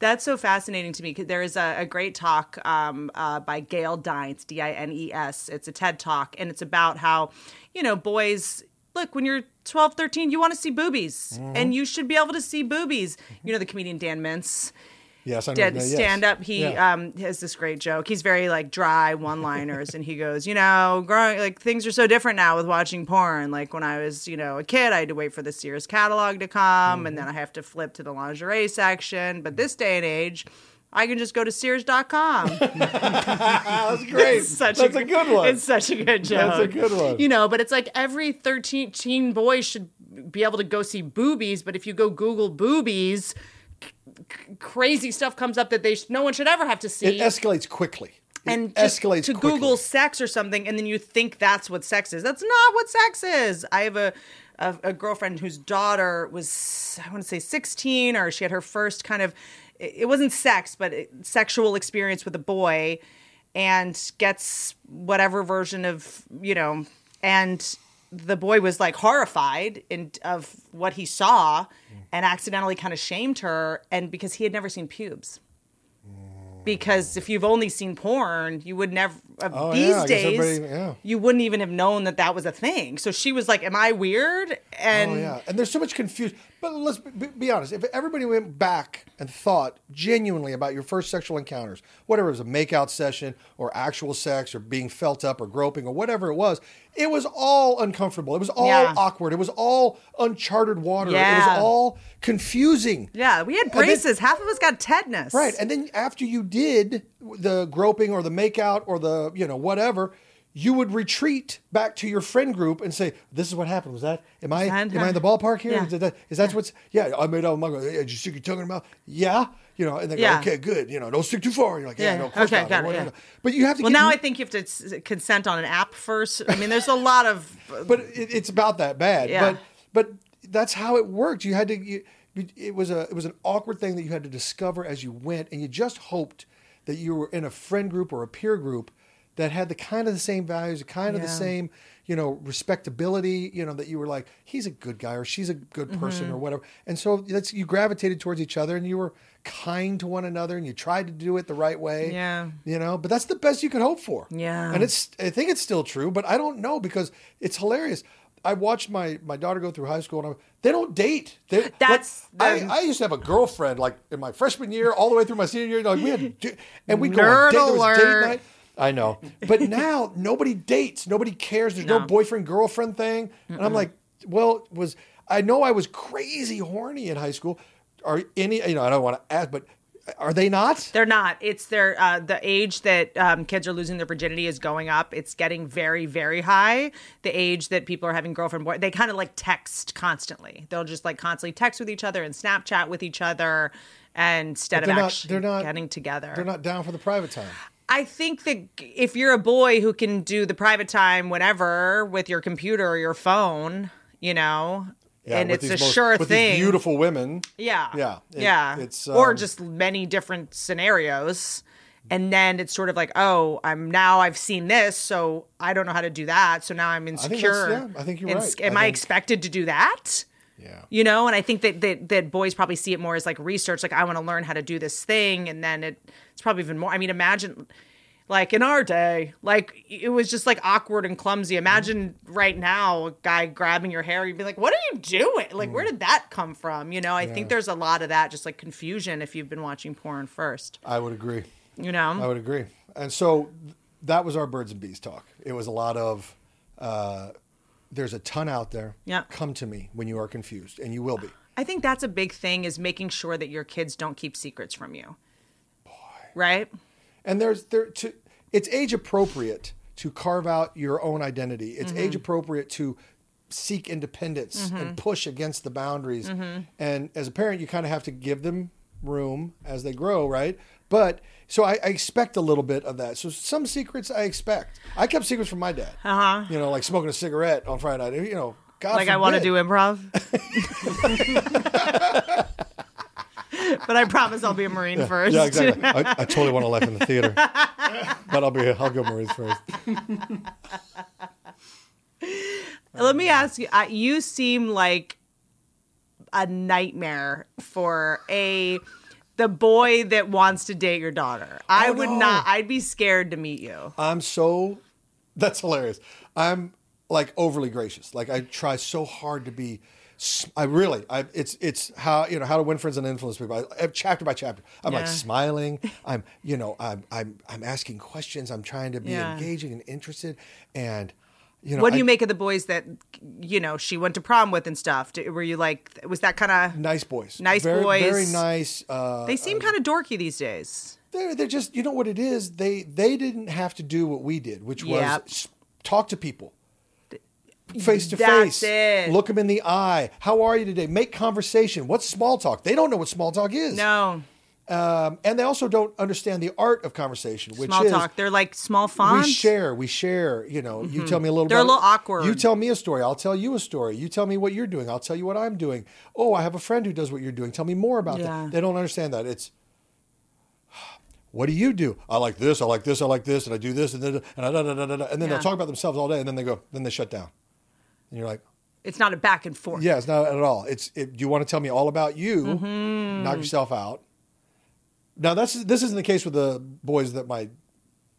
Speaker 1: That's so fascinating to me. 'cause There is a, a great talk um, uh, by Gail Dines, D I N E S. It's a TED talk, and it's about how, you know, boys. Look, when you're 12, 13, you want to see boobies,
Speaker 2: Mm-hmm.
Speaker 1: and you should be able to see boobies. You know the comedian Dan Mintz
Speaker 2: Yes, I know.
Speaker 1: did
Speaker 2: yeah, yes.
Speaker 1: stand up. He
Speaker 2: Yeah.
Speaker 1: um, has this great joke. He's very like dry one liners, and he goes, you know, growing like things are so different now with watching porn. Like when I was, you know, a kid, I had to wait for the Sears catalog to come, and
Speaker 2: Mm-hmm.
Speaker 1: then I have to flip to the lingerie section. But this day and age. I can just go to Sears.com.
Speaker 2: That's great.
Speaker 1: Such
Speaker 2: That's a, good one.
Speaker 1: It's such a good joke.
Speaker 2: That's a good one.
Speaker 1: You know, but it's like every 13 teen boy should be able to go see boobies, but if you go Google boobies, c- c- crazy stuff comes up that they sh- no one should ever have to see
Speaker 2: it escalates quickly. It
Speaker 1: and just
Speaker 2: escalates
Speaker 1: to
Speaker 2: quickly.
Speaker 1: Google sex or something, and then you think that's what sex is. That's not what sex is. I have a a, a girlfriend whose daughter was I want to say sixteen, or she had her first kind of it it wasn't sex, but it- sexual experience with a boy, and gets whatever version of you know, and the boy was like horrified in of what he saw, and accidentally kind of shamed her, and because he had never seen pubes because if you've only seen porn, you would never uh,
Speaker 2: Oh,
Speaker 1: these
Speaker 2: yeah, I guess
Speaker 1: days
Speaker 2: everybody- yeah.
Speaker 1: you wouldn't even have known that that was a thing. So she was like, "Am I weird?" And
Speaker 2: Oh yeah, and there's so much confusion. But let's be, be honest. If everybody went back and thought genuinely about your first sexual encounters, whatever it was, a makeout session or actual sex or being felt up or groping or whatever it was, it was all uncomfortable. It was all
Speaker 1: Yeah.
Speaker 2: awkward. It was all uncharted water. It
Speaker 1: Yeah.
Speaker 2: was all confusing.
Speaker 1: yeah, we had
Speaker 2: then-
Speaker 1: braces. Half of us got tetanus.
Speaker 2: Right. And then after you did the groping or the makeout or the, you know, whatever, you would retreat back to your friend group and say, This is what happened. Was that, am I,
Speaker 1: that
Speaker 2: am I in
Speaker 1: her?
Speaker 2: the ballpark here?
Speaker 1: Yeah.
Speaker 2: Is that, is that what's, yeah, I made out with my girl. Yeah, did you stick your tongue in her mouth? Yeah. You know, and they go,
Speaker 1: Yeah.
Speaker 2: Okay, good. You know, don't stick too far. And you're like, Yeah,
Speaker 1: Yeah.
Speaker 2: no, of course
Speaker 1: Okay,
Speaker 2: not.
Speaker 1: got it,
Speaker 2: Well,
Speaker 1: yeah.
Speaker 2: no. But you have to
Speaker 1: Well,
Speaker 2: get
Speaker 1: now I think you have to s- consent on an app first. I mean, there's a lot of
Speaker 2: but it, it's about that bad.
Speaker 1: Yeah.
Speaker 2: But but that's how it worked. You had to. You, it was a it was an awkward thing that you had to discover as you went, and you just hoped that you were in a friend group or a peer group that had the kind of the same values, the kind of the
Speaker 1: Yeah.
Speaker 2: same you know respectability. You know that you were like he's a good guy or she's a good person
Speaker 1: Mm-hmm.
Speaker 2: or whatever, and so that's you gravitated towards each other and you were kind to one another and you tried to do it the right way.
Speaker 1: Yeah.
Speaker 2: You know, but that's the best you could hope for.
Speaker 1: Yeah.
Speaker 2: And it's I think it's still true, but I don't know because it's hilarious. I watched my my daughter go through high school and I'm, they don't date. They, like,
Speaker 1: That's
Speaker 2: I,
Speaker 1: the-
Speaker 2: I used to have a girlfriend like in my freshman year all the way through my senior year. Like we had d- and we go on
Speaker 1: Nerd
Speaker 2: date, there was date
Speaker 1: alert.
Speaker 2: night. I know. But now nobody dates. Nobody cares. There's no,
Speaker 1: No.
Speaker 2: boyfriend girlfriend thing. And I'm like, well, was I know I was crazy horny in high school. Are any you know, I don't want to ask, but are they not?
Speaker 1: They're not. It's their uh, the age that um, kids are losing their virginity is going up. It's getting very, very high. The age that people are having girlfriend boy, they kind of like text constantly. They'll just like constantly text with each other and Snapchat with each other, and instead of
Speaker 2: they're not-
Speaker 1: actually
Speaker 2: they're not-
Speaker 1: getting together.
Speaker 2: They're not down for the private time.
Speaker 1: I think that if you're a boy who can do the private time whenever with your computer or your phone, you know, and
Speaker 2: with
Speaker 1: it's a
Speaker 2: these most-
Speaker 1: sure
Speaker 2: with these
Speaker 1: thing.
Speaker 2: beautiful women.
Speaker 1: Yeah.
Speaker 2: Yeah. It-
Speaker 1: yeah.
Speaker 2: it's,
Speaker 1: or
Speaker 2: um,
Speaker 1: just many different scenarios. And then it's sort of like, oh, I'm now I've seen this, so I don't know how to do that. So now I'm
Speaker 2: think
Speaker 1: insecure.
Speaker 2: that's- yeah, I think you're
Speaker 1: And
Speaker 2: right.
Speaker 1: sc- Am
Speaker 2: I
Speaker 1: I,
Speaker 2: think-
Speaker 1: expected to do that?
Speaker 2: Yeah.
Speaker 1: you know and i think that, that that boys probably see it more as like research like i want to learn how to do this thing and then it it's probably even more i mean imagine like in our day like it was just like awkward and clumsy imagine right now a guy grabbing your hair you'd be like what are you doing like where did that come from you know i think there's a lot of that just like confusion if you've been watching porn first
Speaker 2: I would agree.
Speaker 1: you know
Speaker 2: I would agree. And so th- that was our birds and bees talk. It was a lot of uh, there's a ton out there.
Speaker 1: Yeah.
Speaker 2: Come to me when you are confused, and you will be.
Speaker 1: I think that's a big thing is making sure that your kids don't keep secrets from you. Right?
Speaker 2: And there's there to it's age appropriate to carve out your own identity. It's
Speaker 1: Mm-hmm.
Speaker 2: age appropriate to seek independence and push against the boundaries.
Speaker 1: Mm-hmm.
Speaker 2: And as a parent, you kind of have to give them room as they grow, right? But so I, I expect a little bit of that. So some secrets I expect. I kept secrets from my dad. Uh-huh. You know, like smoking a cigarette on Friday night. You know, God
Speaker 1: like I want to
Speaker 2: forbid.
Speaker 1: do improv.
Speaker 2: (laughs)
Speaker 1: but I promise I'll be a Marine first.
Speaker 2: Yeah, exactly. I, I totally want to laugh in the theater, but I'll be I'll go Marines first.
Speaker 1: (laughs) Let me ask you I, you seem like a nightmare for a the boy that wants to date your daughter. I would
Speaker 2: Oh, no.
Speaker 1: not I'd be scared to meet you.
Speaker 2: I'm so that's hilarious. I'm like overly gracious. Like I try so hard to be. s- I really, I it's it's how you know how to win friends and influence people. I, I- chapter by chapter, I'm like
Speaker 1: Yeah.
Speaker 2: smiling. I'm you know I'm I'm I'm asking questions. I'm trying to be
Speaker 1: Yeah.
Speaker 2: engaging and interested. And you know,
Speaker 1: What do
Speaker 2: I-
Speaker 1: you make of the boys that you know she went to prom with and stuff? Do- Were you like was that kind of
Speaker 2: Nice boys,
Speaker 1: Nice
Speaker 2: very,
Speaker 1: boys.
Speaker 2: very nice. Uh,
Speaker 1: They seem kind of dorky these days.
Speaker 2: they're, they're just you know what it is. They they didn't have to do what we did, which was
Speaker 1: Yep.
Speaker 2: s- talk to people. Face to
Speaker 1: That's
Speaker 2: face,
Speaker 1: it.
Speaker 2: look them in the eye. How are you today? Make conversation. What's small talk? They don't know what small talk is,
Speaker 1: No,
Speaker 2: um, and they also don't understand the art of conversation, which
Speaker 1: small
Speaker 2: is
Speaker 1: talk. They're like small
Speaker 2: we
Speaker 1: fonts.
Speaker 2: share, we share. You know, you tell me a little.
Speaker 1: Mm-hmm. They're a
Speaker 2: about-
Speaker 1: little awkward.
Speaker 2: You tell me a story. I'll tell you a story. You tell me what you're doing. I'll tell you what I'm doing. Oh, I have a friend who does what you're doing. Tell me more about
Speaker 1: Yeah.
Speaker 2: that. They don't understand that. It's (sighs) what do you do? I like this. I like this. I like this, and I do this, and then and, da, da, da, da, da, da. and then
Speaker 1: Yeah.
Speaker 2: they'll talk about themselves all day, and then they go, then they shut down, and you're like,
Speaker 1: It's not a back and forth.
Speaker 2: yeah, it's not at all. It's it, you want to tell me all about you.
Speaker 1: Mm-hmm.
Speaker 2: Knock yourself out. Now that's this isn't the case with the boys that my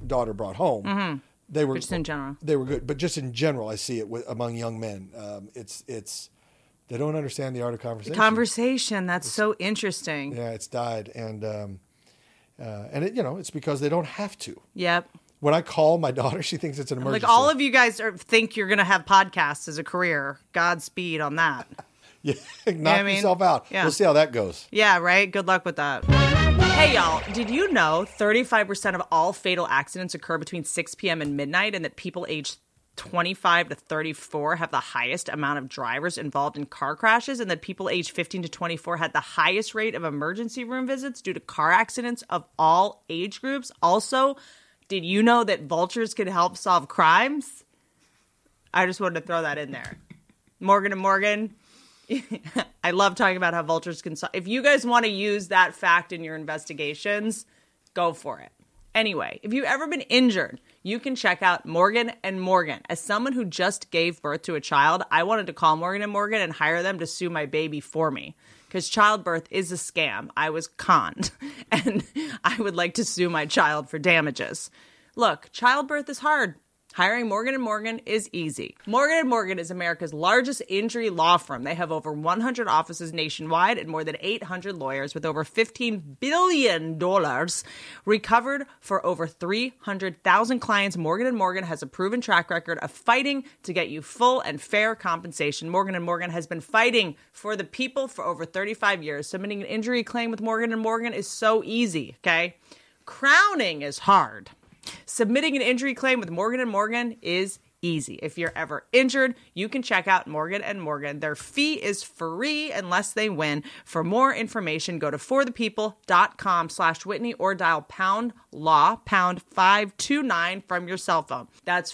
Speaker 2: daughter brought home. They were
Speaker 1: Mm-hmm. Just in general.
Speaker 2: They were good, but just in general, I see it with, among young men. Um, it's it's they don't understand the art of conversation.
Speaker 1: Conversation. That's so interesting.
Speaker 2: yeah, it's died, and um, uh, and it, you know it's because they don't have to.
Speaker 1: Yep.
Speaker 2: When I call my daughter, (laughs) she thinks it's an emergency.
Speaker 1: Like all of you guys are, think you're gonna have podcasts as a career. Godspeed on that.
Speaker 2: yeah, (laughs) knock
Speaker 1: I mean,
Speaker 2: yourself out.
Speaker 1: yeah.
Speaker 2: We'll see how that goes.
Speaker 1: Yeah. Right. Good luck with that. Hey y'all, did you know 35% of all fatal accidents occur between 6 p.m. and midnight and that people aged 25 to 34 have the highest amount of drivers involved in car crashes and that people aged 15 to 24 had the highest rate of emergency room visits due to car accidents of all age groups? Also, did you know that vultures can help solve crimes? I just wanted to throw that in there. Morgan and Morgan, I love talking about how vultures can. sol- If you guys want to use that fact in your investigations, go for it. Anyway, if you've ever been injured, you can check out Morgan and Morgan. As someone who just gave birth to a child, I wanted to call Morgan and Morgan and hire them to sue my baby for me because childbirth is a scam. I was conned, (laughs) and I would like to sue my child for damages. Look, childbirth is hard. Hiring Morgan and Morgan is easy. Morgan and Morgan is America's largest injury law firm. They have over 100 offices nationwide and more than 800 lawyers with over 15 billion dollars recovered for over 300,000 clients. Morgan and Morgan has a proven track record of fighting to get you full and fair compensation. Morgan and Morgan has been fighting for the people for over 35 years. Submitting an injury claim with Morgan and Morgan is so easy, okay? Crowning is hard. Submitting an injury claim with Morgan and Morgan is easy. If you're ever injured, you can check out Morgan and Morgan. Their fee is free unless they win. For more information, go to forthepeople.com slash Whitney or dial pound law pound 529 from your cell phone. That's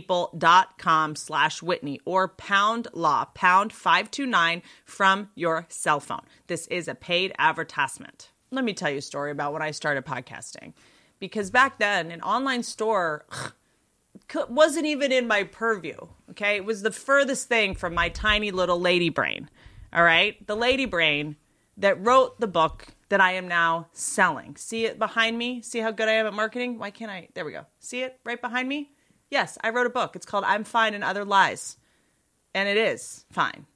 Speaker 1: forthepeople.com slash Whitney or pound law pound 529 from your cell phone. This is a paid advertisement. Let me tell you a story about when I started podcasting because back then an online store cou- wasn't even in my purview. Okay, it was the furthest thing from my tiny little lady brain. All right, the lady brain that wrote the book that I am now selling. See it behind me? See how good I am at marketing? Why can't I? There we go. See it right behind me? Yes, I wrote a book. It's called I'm Fine and Other Lies. And it is fine.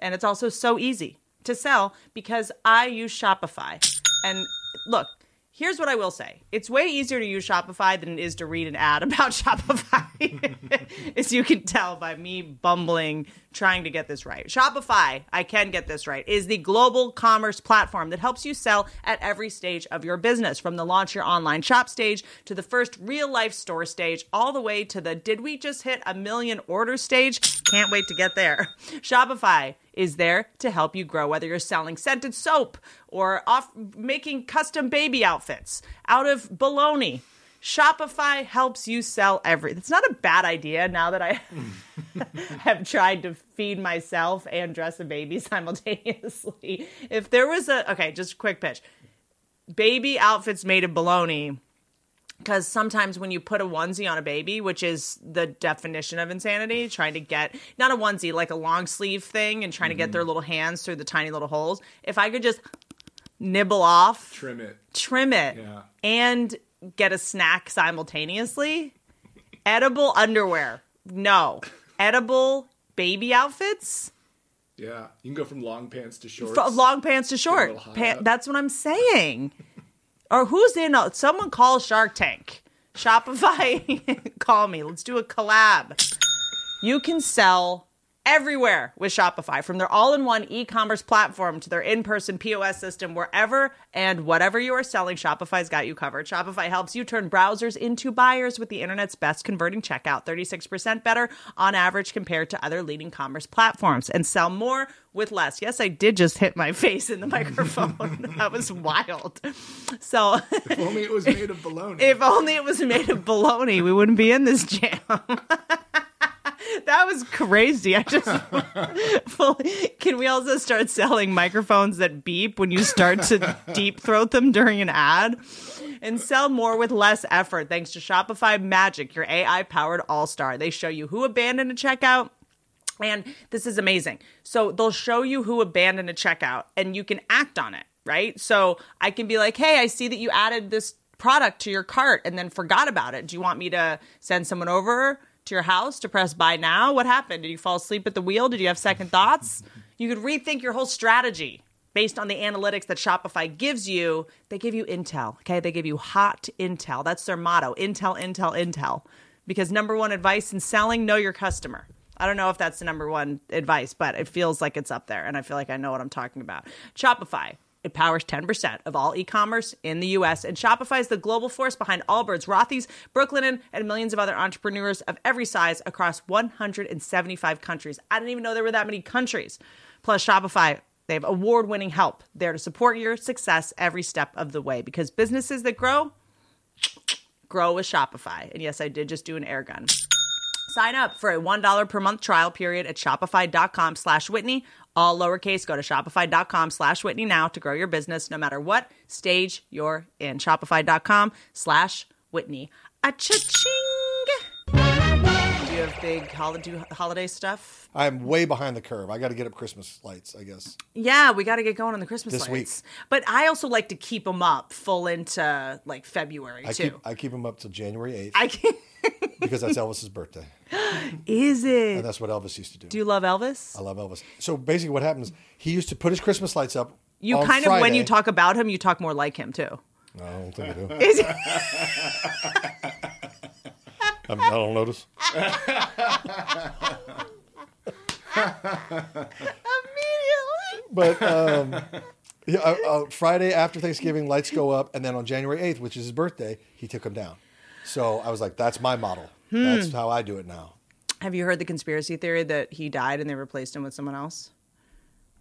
Speaker 1: And it's also so easy to sell because I use Shopify. And look, here's what I will say it's way easier to use Shopify than it is to read an ad (laughs) about Shopify, (laughs) as you can tell by me bumbling trying to get this right. Shopify, I can get this right, is the global commerce platform that helps you sell at every stage of your business from the launch your online shop stage to the first real life store stage, all the way to the did we just hit a million order stage? Can't wait to get there. (laughs) Shopify is there to help you grow, whether you're selling scented soap or off making custom baby outfits out of baloney. Shopify helps you sell every. It's not a bad idea now that I (laughs) have tried to feed myself and dress a baby (laughs) simultaneously. If there was a okay, just quick pitch. Baby outfits made of baloney because sometimes when you put a onesie on a baby, which is the definition of insanity, trying to get not a onesie, like a long sleeve thing, and trying to get their little hands through the tiny little holes. If I could just nibble off,
Speaker 3: Trim it.
Speaker 1: trim it,
Speaker 3: Yeah.
Speaker 1: and get a snack simultaneously, edible underwear. No, edible baby outfits,
Speaker 3: Yeah. You can go from long pants to shorts.
Speaker 1: F-
Speaker 3: (laughs)
Speaker 1: long pants to short.
Speaker 3: little high
Speaker 1: Pa-
Speaker 3: up.
Speaker 1: that's what I'm saying. or who's in? A- Someone call Shark Tank. Shopify, (laughs) call me. Let's do a collab. You can sell everywhere with Shopify, from their all in one e commerce platform to their in person POS system, wherever and whatever you are selling, Shopify's got you covered. Shopify helps you turn browsers into buyers with the internet's best converting checkout, 36% better on average compared to other leading commerce platforms, and sell more with less. Yes, I did just hit my (laughs) face in the microphone. (laughs) that was wild. So. (laughs)
Speaker 3: If only it was made of baloney.
Speaker 1: If only it was made of bologna, we wouldn't be in this jam. (laughs) that was crazy. I just (laughs) can we also start selling microphones that beep when you start to deep throat them during an ad? And sell more with less effort thanks to Shopify Magic, your AI powered all star. They show you who abandoned a checkout, and this is amazing. So they'll show you who abandoned a checkout and you can act on it, right? So I can be like, hey, I see that you added this product to your cart and then forgot about it. Do you want me to send someone over to your house to press buy now? What happened? Did you fall asleep at the wheel? Did you have second thoughts? You could rethink your whole strategy based on the analytics that Shopify gives you. They give you intel, okay? They give you hot intel. That's their motto intel, intel, intel. Because number one advice in selling, know your customer. I don't know if that's the number one advice, but it feels like it's up there and I feel like I know what I'm talking about. Shopify. It powers 10% of all e-commerce in the US and Shopify is the global force behind Allbirds, Rothy's, Brooklinen, and millions of other entrepreneurs of every size across 175 countries. I didn't even know there were that many countries. Plus Shopify they have award-winning help there to support your success every step of the way because businesses that grow grow with Shopify. And yes, I did just do an air gun. Sign up for a $1 per month trial period at Shopify.com slash Whitney. All lowercase. Go to Shopify.com slash Whitney now to grow your business no matter what stage you're in. Shopify.com slash Whitney. A ching Do you have big holiday, holiday stuff?
Speaker 2: I'm way behind the curve. I got to get up Christmas lights, I guess.
Speaker 1: Yeah, we got to get going on the Christmas
Speaker 2: This
Speaker 1: lights. But I also like to keep them up full into like February
Speaker 2: I
Speaker 1: too.
Speaker 2: keep I keep them up till January eighth
Speaker 1: I can- (laughs)
Speaker 2: because that's Elvis's birthday,
Speaker 1: Is
Speaker 2: and
Speaker 1: it?
Speaker 2: that's what Elvis used to do.
Speaker 1: Do you love Elvis?
Speaker 2: I love Elvis. So basically, what happens? He used to put his Christmas lights up.
Speaker 1: You
Speaker 2: on
Speaker 1: kind of when you
Speaker 2: Friday.
Speaker 1: talk about him, you talk more like him
Speaker 2: (laughs)
Speaker 1: too.
Speaker 2: No, I don't think I do.
Speaker 1: (laughs) Is it-
Speaker 2: I, mean, I don't notice.
Speaker 1: immediately.
Speaker 2: But um, yeah, uh, uh, Friday after Thanksgiving, lights go up, and then on January eighth, which is his birthday, he took them down. So I was like, "That's my model. That's
Speaker 1: Hmm.
Speaker 2: how I do it now."
Speaker 1: Have you heard the conspiracy theory that he died and they replaced him with someone else?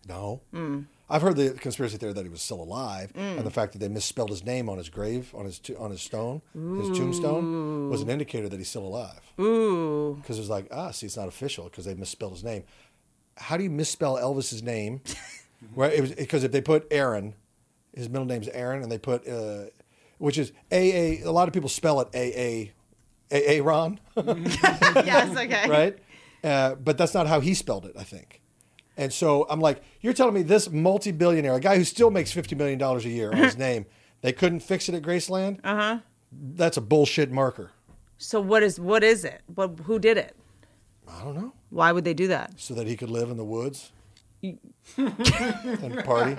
Speaker 2: No.
Speaker 1: Hmm.
Speaker 2: I've heard the conspiracy theory that he was still alive, and the fact that they misspelled his name on his grave, on his to- on his stone, his tombstone, was an indicator that he's still alive.
Speaker 1: (laughs) Ooh,
Speaker 2: Because it was like, ah, see, it's not official because they misspelled his name. How do you misspell Elvis's name? right? It was because if they put Aaron, his middle name's Aaron, and they put, uh, which is A A. A lot of people spell it A A Aaron,
Speaker 1: yes, okay.
Speaker 2: (laughs) right? Uh, but that's not how he spelled it, I think. And so I'm like, you're telling me this multi-billionaire, a guy who still makes fifty million dollars a year on his name, they couldn't fix it at Graceland? Uh huh. That's a bullshit marker.
Speaker 1: So what is what is it? What who did it?
Speaker 2: I don't know.
Speaker 1: Why would they do that?
Speaker 2: So that he could live in the woods (laughs) and party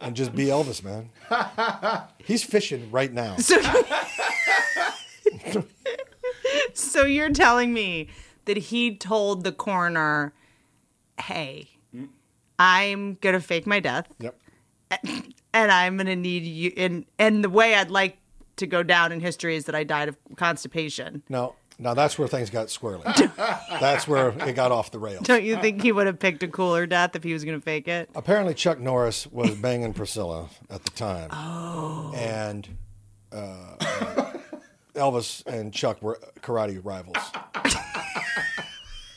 Speaker 2: and just be Elvis, man. He's fishing right now.
Speaker 1: So you're telling me that he told the coroner, "Hey, I'm gonna fake my death,
Speaker 2: Yep.
Speaker 1: and I'm gonna need you." And and the way I'd like to go down in history is that I died of constipation.
Speaker 2: Now, now that's where things got squirrely. that's where it got off the rails.
Speaker 1: Don't you think he would have picked a cooler death if he was gonna fake it?
Speaker 2: Apparently, Chuck Norris was banging Priscilla at the time. Oh. And uh, Elvis and Chuck were karate rivals.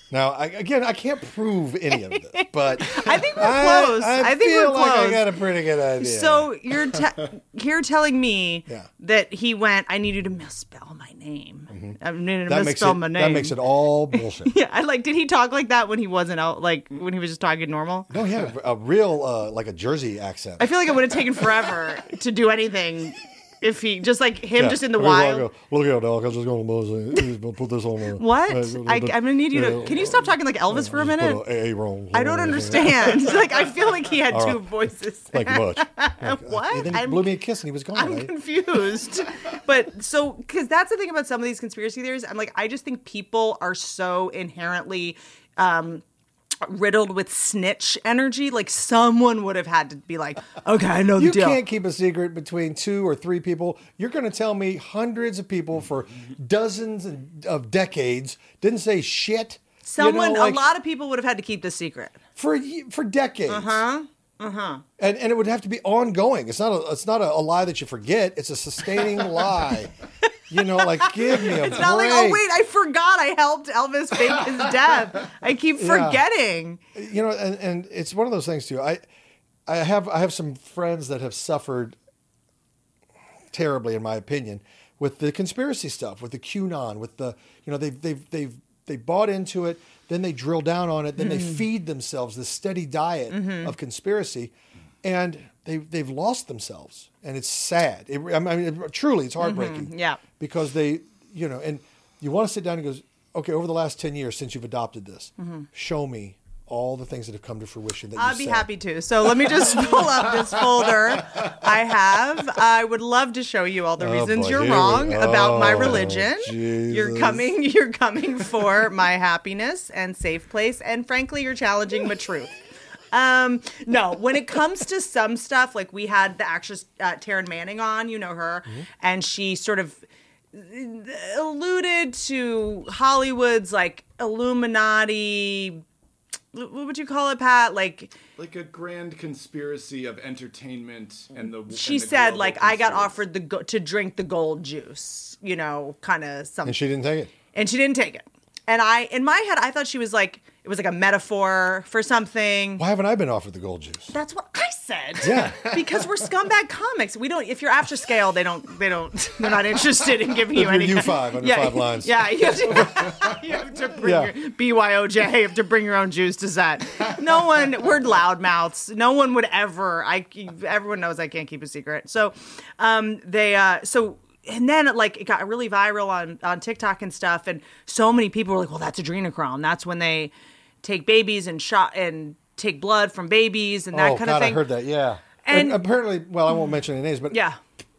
Speaker 2: now, I, again, I can't prove any of this, but
Speaker 1: I think we're close. I, think
Speaker 2: feel
Speaker 1: we're close.
Speaker 2: like I got a pretty good idea.
Speaker 1: So (laughs) you're
Speaker 2: (laughs)
Speaker 1: te- you're telling me
Speaker 2: Yeah.
Speaker 1: that he went. I need you to misspell my name. I'm going to
Speaker 2: Mm-hmm. that makes
Speaker 1: misspell
Speaker 2: it
Speaker 1: my name.
Speaker 2: that makes it all
Speaker 1: (laughs)
Speaker 2: bullshit.
Speaker 1: Yeah, I like. Did he talk like that when he wasn't out? Like when he was just talking normal?
Speaker 2: no, he had a, a real uh, like a Jersey accent.
Speaker 1: I feel like it would have taken forever to do anything if he just like him
Speaker 2: Yeah.
Speaker 1: just in the
Speaker 2: I mean, like,
Speaker 1: wild.
Speaker 2: uh, Look out, dog! I just got a message. Put this on. uh,
Speaker 1: (laughs) What?
Speaker 2: uh,
Speaker 1: I, I'm gonna need you to. Can you stop talking like Elvis for a
Speaker 2: Put
Speaker 1: minute?
Speaker 2: a, a wrong.
Speaker 1: I don't understand. (laughs) like I feel like he had two voices.
Speaker 2: Thank you much.
Speaker 1: (laughs) what?
Speaker 2: And then he
Speaker 1: I'm-
Speaker 2: blew me a kiss and he was gone.
Speaker 1: I'm
Speaker 2: right?
Speaker 1: confused. (laughs) but so, because that's the thing about some of these conspiracy theories. I'm like, I just think people are so inherently um, riddled with snitch energy. Like, someone would have had to be like, okay, I know the
Speaker 2: You
Speaker 1: deal.
Speaker 2: can't keep a secret between two or three people. You're going to tell me hundreds of people for dozens of decades didn't say shit. you
Speaker 1: Someone,
Speaker 2: know, like,
Speaker 1: a lot of people would have had to keep this secret.
Speaker 2: for for decades. Uh huh.
Speaker 1: Uh-huh.
Speaker 2: Uh huh. And and it would have to be ongoing. It's not a it's not a, a lie that you forget. It's
Speaker 1: (laughs)
Speaker 2: a sustaining lie. You know, like give me a
Speaker 1: It's
Speaker 2: break.
Speaker 1: not like, oh, wait, I forgot I helped Elvis fake
Speaker 2: (laughs)
Speaker 1: his death. I keep forgetting.
Speaker 2: you know and, and it's one of those things too i i have i have some friends that have suffered terribly in my opinion with the conspiracy stuff with the qanon with the you know they've they've they've they bought into it then they drill down on it then
Speaker 1: Mm-hmm.
Speaker 2: they feed themselves this steady diet of conspiracy and they they've lost themselves and it's sad it, i mean it- truly it's heartbreaking
Speaker 1: Mm-hmm. yeah.
Speaker 2: because they you know and you want to sit down and goes okay over the last 10 years since you've adopted this show me all the things that have come to fruition that
Speaker 1: Mm-hmm. I'd
Speaker 2: you
Speaker 1: be
Speaker 2: said.
Speaker 1: happy to. So let me
Speaker 2: (laughs)
Speaker 1: just pull up this folder I have. I would love to show you all the reasons
Speaker 2: Oh, boy,
Speaker 1: you're
Speaker 2: here we-
Speaker 1: wrong about my
Speaker 2: oh,
Speaker 1: religion. You're
Speaker 2: Jesus.
Speaker 1: coming (laughs) you're coming for my happiness and safe place and frankly you're challenging my truth. Um, no, when it comes to some stuff, like we had the actress uh, Taryn Manning on, you know her,
Speaker 3: Mm-hmm.
Speaker 1: and she sort of alluded to Hollywood's like Illuminati. What would you call it, Pat? Like
Speaker 3: Like a grand conspiracy of entertainment and the.
Speaker 1: she
Speaker 3: and the
Speaker 1: said
Speaker 3: global
Speaker 1: like I got
Speaker 3: conspiracy.
Speaker 1: offered the go- to drink the gold juice, you know, kind of something,
Speaker 2: and she didn't take it
Speaker 1: and she didn't take it. And I, in my head, I thought she was like it was like a metaphor for something.
Speaker 2: why haven't i been offered the
Speaker 1: (laughs)
Speaker 2: gold juice
Speaker 1: That's what I said.
Speaker 2: Yeah.
Speaker 1: because we're scumbag comics. We don't. If you're after scale, they don't. They don't. (laughs) They're not interested in giving you
Speaker 2: you're
Speaker 1: any.
Speaker 2: U5 under five lines.
Speaker 1: Yeah. You have
Speaker 2: (laughs)
Speaker 1: to, (laughs) you have to bring
Speaker 2: Yeah.
Speaker 1: your BYOJ. You have to bring your own juice to set. No one. We're loudmouths. No one would ever. I. Everyone knows I can't keep a secret. So, um, they. Uh, so. And then, like, it got really viral on, on TikTok and stuff, and so many people were like, "Well, that's adrenochrome. That's when they take babies and shot and take blood from babies and that
Speaker 2: oh
Speaker 1: kind
Speaker 2: god
Speaker 1: of thing."
Speaker 2: i heard that yeah
Speaker 1: And-
Speaker 2: and, apparently well i won't mention any names but
Speaker 1: Yeah.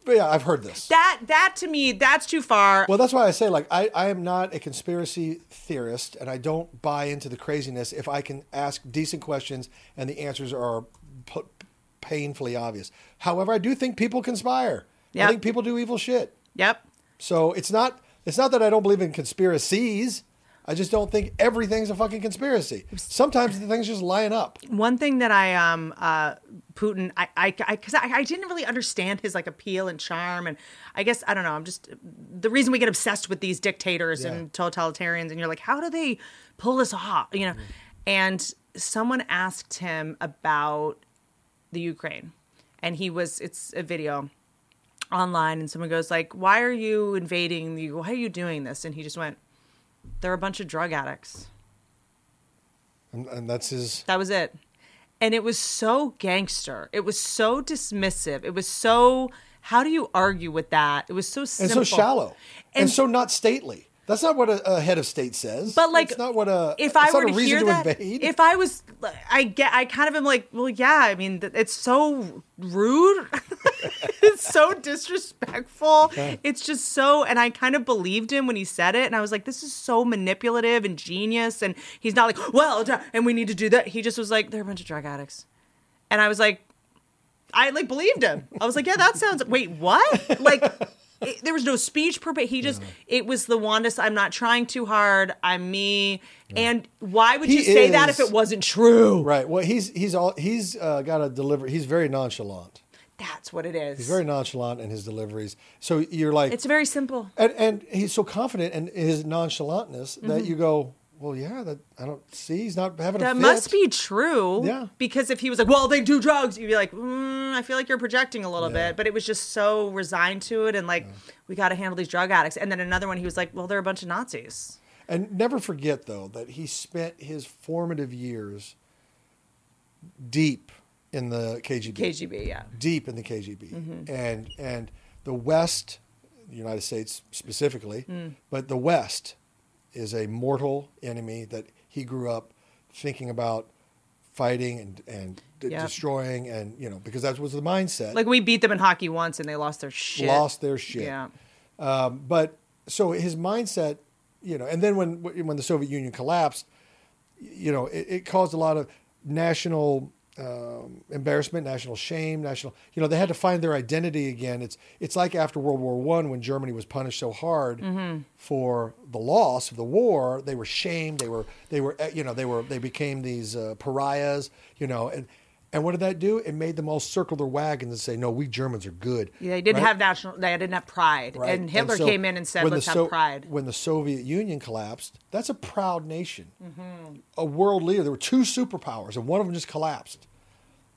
Speaker 2: but yeah i've heard this
Speaker 1: That that to me, that's too far.
Speaker 2: well that's why i say like I, I am not a conspiracy theorist and i don't buy into the craziness if i can ask decent questions and the answers are p- painfully obvious however i do think people conspire
Speaker 1: Yeah.
Speaker 2: i think people do evil shit
Speaker 1: yep.
Speaker 2: So it's not it's not that I don't believe in conspiracies. I just don't think everything's a fucking conspiracy. Sometimes the things just line up.
Speaker 1: One thing that I um uh Putin I I because I, I didn't really understand his like appeal and charm and I guess I don't know I'm just the reason we get obsessed with these dictators
Speaker 2: Yeah.
Speaker 1: and totalitarians and you're like how do they pull this off you know and someone asked him about the Ukraine and he was it's a video online and someone goes like, "Why are you invading the? Why are you doing this?" And he just went, "They're a bunch of drug addicts."
Speaker 2: And, and that's his.
Speaker 1: That was it. And it was so gangster. It was so dismissive. It was so. How do you argue with that? It was so
Speaker 2: And
Speaker 1: simple.
Speaker 2: so shallow. And,
Speaker 1: And-
Speaker 2: so not stately. That's not what a, a head of state says.
Speaker 1: But, like,
Speaker 2: it's not what a
Speaker 1: if
Speaker 2: it's
Speaker 1: I
Speaker 2: not
Speaker 1: were
Speaker 2: a
Speaker 1: to
Speaker 2: reason
Speaker 1: hear
Speaker 2: to
Speaker 1: that,
Speaker 2: invade.
Speaker 1: if I was, I get, I kind of am like, well, yeah. I mean, th- it's so rude. (laughs) it's so disrespectful. It's just so, and I kind of believed him when he said it, and I was like, this is so manipulative and genius. And he's not like, well, duh, and we need to do that. He just was like, they're a bunch of drug addicts, and I was like, I like believed him. I was like, yeah, that sounds. Wait, what? Like, it, there was no speech prepared. He just, it was the wandest. I'm not trying too hard. I'm me. And why would
Speaker 2: He
Speaker 1: you say that if
Speaker 2: is-
Speaker 1: it wasn't true?
Speaker 2: right. Well, he's he's all he's uh, got to deliver. He's very nonchalant.
Speaker 1: That's what it is.
Speaker 2: He's very nonchalant in his deliveries. So you're like,
Speaker 1: it's very simple.
Speaker 2: and, and he's so confident in his nonchalantness that you go, well, yeah, that I don't see. He's not having a
Speaker 1: Mm-hmm. That
Speaker 2: fit.
Speaker 1: must be true.
Speaker 2: Yeah.
Speaker 1: Because if he was like, well, they do drugs, you'd be like, mm, I feel like you're projecting a little
Speaker 2: Yeah.
Speaker 1: bit. But it was just so resigned to it. And like, we got to handle these drug addicts. And then another one, he was like, well, they're a bunch of Nazis.
Speaker 2: And never forget, though, that he spent his formative years deep in the KGB.
Speaker 1: KGB, yeah.
Speaker 2: Deep in the KGB.
Speaker 1: Mm-hmm.
Speaker 2: And, and the West, the United States specifically,
Speaker 1: Mm.
Speaker 2: but the West is a mortal enemy that he grew up thinking about fighting and, and de-
Speaker 1: Yep.
Speaker 2: destroying and you know because that was the mindset
Speaker 1: Like, we beat them in hockey once and they lost their shit.
Speaker 2: lost their shit
Speaker 1: Yeah.
Speaker 2: Um, but so his mindset, you know, and then when when the Soviet Union collapsed, you know, it, it caused a lot of national um, embarrassment, national shame, national. You know, they had to find their identity again. It's it's like after World War One when Germany was punished so hard
Speaker 1: Mm-hmm.
Speaker 2: for the loss of the war, they were shamed. They were they were eh, you know they were they became these uh, pariahs. You know and. And what did that do? It made them all circle their wagons and say, "No, we Germans are good."
Speaker 1: Yeah, they didn't
Speaker 2: Right?
Speaker 1: have national. They didn't have pride,
Speaker 2: Right.
Speaker 1: and Hitler
Speaker 2: so
Speaker 1: came in and said,
Speaker 2: when the
Speaker 1: "Let's have
Speaker 2: So-
Speaker 1: pride."
Speaker 2: When the Soviet Union collapsed, that's a proud nation, a world leader. There were two superpowers, and one of them just collapsed,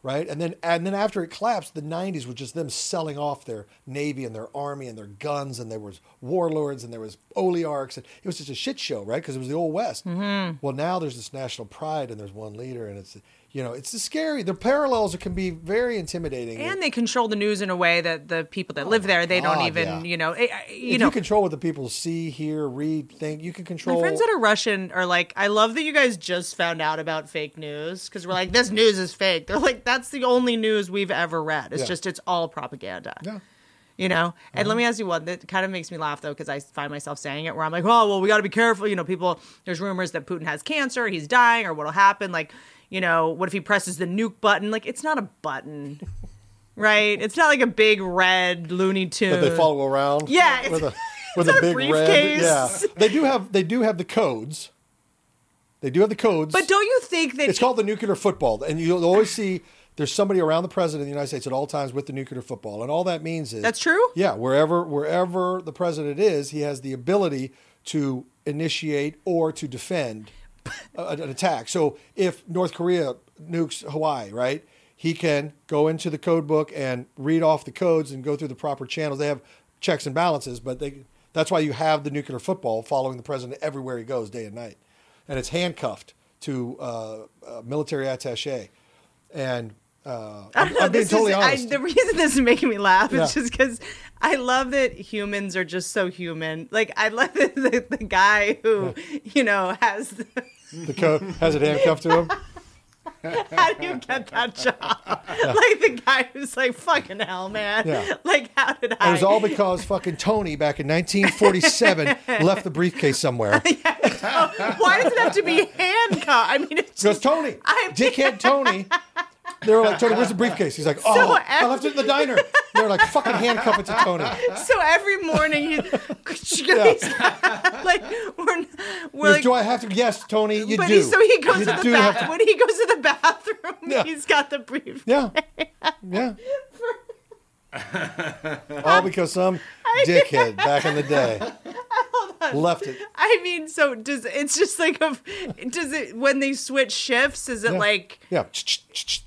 Speaker 2: right? And then, and then after it collapsed, the '90s were just them selling off their navy and their army and their guns, and there was warlords and there was oligarchs, and it was just a shit show, right? Because it was the old West.
Speaker 1: Mm-hmm.
Speaker 2: Well, now there's this national pride, and there's one leader, and it's you know, it's scary. The parallels can be very intimidating.
Speaker 1: And they control the news in a way that the people that live there they don't
Speaker 2: God,
Speaker 1: even,
Speaker 2: yeah.
Speaker 1: you know, eh, eh, you
Speaker 2: if
Speaker 1: know.
Speaker 2: you control what the people see, hear, read, think, you can control.
Speaker 1: my friends that are Russian are like, I love that you guys just found out about fake news because we're like, this news is fake. They're like, that's the only news we've ever read. It's
Speaker 2: Yeah.
Speaker 1: just, it's all propaganda.
Speaker 2: Yeah.
Speaker 1: You know, and
Speaker 2: Uh-huh.
Speaker 1: let me ask you one that kind of makes me laugh though, because I find myself saying it where I'm like, oh, well, we got to be careful. You know, people, there's rumors that Putin has cancer, he's dying, or what'll happen. Like, you know, what if he presses the nuke button? Like, it's not a
Speaker 2: (laughs)
Speaker 1: button, right? It's not like a big red Looney Tune.
Speaker 2: that they follow around. (laughs)
Speaker 1: Yeah, it's-
Speaker 2: with a with
Speaker 1: it's
Speaker 2: a
Speaker 1: not a
Speaker 2: big red.
Speaker 1: briefcase.
Speaker 2: Yeah, they do have they do have the codes. They do have the codes.
Speaker 1: (laughs) But don't you think that
Speaker 2: it's called the nuclear football, and you'll always see there's somebody around the president of the United States at all times with the nuclear football, and all that means is
Speaker 1: That's true?
Speaker 2: Yeah, wherever wherever the president is, he has the ability to initiate or to defend a- an attack. So if North Korea nukes Hawaii, right? He can go into the code book and read off the codes and go through the proper channels. They have checks and balances, but they that's why you have the nuclear football following the president everywhere he goes, day and night, and it's handcuffed to uh, a military attache. And uh, I'm,
Speaker 1: No,
Speaker 2: I'm being
Speaker 1: this
Speaker 2: totally
Speaker 1: is, (laughs) (laughs) I-
Speaker 2: honest.
Speaker 1: the reason this is making me laugh is
Speaker 2: Yeah.
Speaker 1: just because I love that humans are just so human. Like I love (laughs) that the, the guy who you know has.
Speaker 2: the code has it handcuffed to
Speaker 1: (laughs)
Speaker 2: him.
Speaker 1: how do you get that
Speaker 2: (laughs)
Speaker 1: job? Like the guy who's like, "Fucking hell, man!
Speaker 2: Yeah.
Speaker 1: Like how did I?"
Speaker 2: And it
Speaker 1: (laughs)
Speaker 2: was all because fucking Tony back in 1947 left the briefcase somewhere.
Speaker 1: Why does it have to be handcuffed? I mean, it's
Speaker 2: Because
Speaker 1: just
Speaker 2: Tony,
Speaker 1: I'm-
Speaker 2: dickhead Tony. They were like, Tony, where's the briefcase? He's like, oh, I
Speaker 1: ev-
Speaker 2: left it in the diner. They were like, fucking handcuff it to
Speaker 1: (laughs)
Speaker 2: Tony.
Speaker 1: (laughs) so every (laughs) morning you, (laughs) like we're we're
Speaker 2: He's,
Speaker 1: like.
Speaker 2: do I have to? Yes, Tony, you
Speaker 1: but
Speaker 2: do.
Speaker 1: he, so he goes
Speaker 2: You
Speaker 1: to the
Speaker 2: do have
Speaker 1: bath- when he goes to the bathroom,
Speaker 2: Yeah.
Speaker 1: he's got the brief.
Speaker 2: Yeah. Yeah.
Speaker 1: (laughs)
Speaker 2: All because some dickhead back in the day left it.
Speaker 1: I mean, so does it's just like a does it when they switch shifts? Is it
Speaker 2: Yeah.
Speaker 1: like
Speaker 2: Yeah.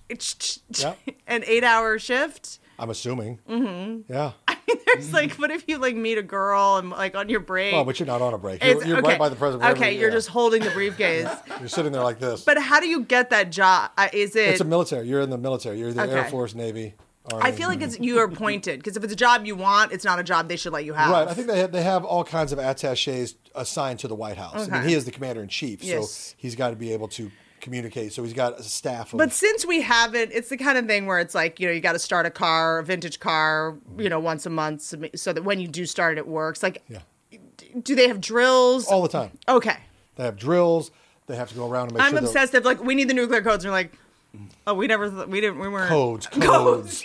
Speaker 1: it's
Speaker 2: Yeah.
Speaker 1: an eight hour shift?
Speaker 2: I'm assuming. Mm-hmm. Yeah.
Speaker 1: mean, (laughs) there's like, what if you like meet a girl and like on your break?
Speaker 2: Oh, but you're not on a break. You're,
Speaker 1: It's-
Speaker 2: you're right by the president. wherever
Speaker 1: Okay,
Speaker 2: you-
Speaker 1: you're
Speaker 2: yeah.
Speaker 1: just holding the
Speaker 2: (laughs)
Speaker 1: briefcase.
Speaker 2: you're sitting there like this.
Speaker 1: but how do you get that job? Uh, Is it?
Speaker 2: it's a military. You're in the military. You're the Air
Speaker 1: Okay.
Speaker 2: Force, Navy. Army.
Speaker 1: I feel like it's you are appointed because if it's a job you want, it's not a job they should let you have.
Speaker 2: Right. I think they have, they have all kinds of attaches assigned to the White House. I mean,
Speaker 1: Okay.
Speaker 2: he is the commander in chief,
Speaker 1: Yes.
Speaker 2: so he's got to be able to communicate. So he's got a staff. Of,
Speaker 1: But since we haven't, it's the kind of thing where it's like, you know, you got to start a car, a vintage car, you know, once a month so- so that when you do start it, it works. Like,
Speaker 2: yeah,
Speaker 1: do they have drills?
Speaker 2: all the time
Speaker 1: okay.
Speaker 2: they have drills. They have to go around and make
Speaker 1: I'm
Speaker 2: sure the
Speaker 1: obsessed of like, we need the nuclear codes. And you're like, oh, we never, th- we didn't, we weren't. (laughs)
Speaker 2: codes, codes,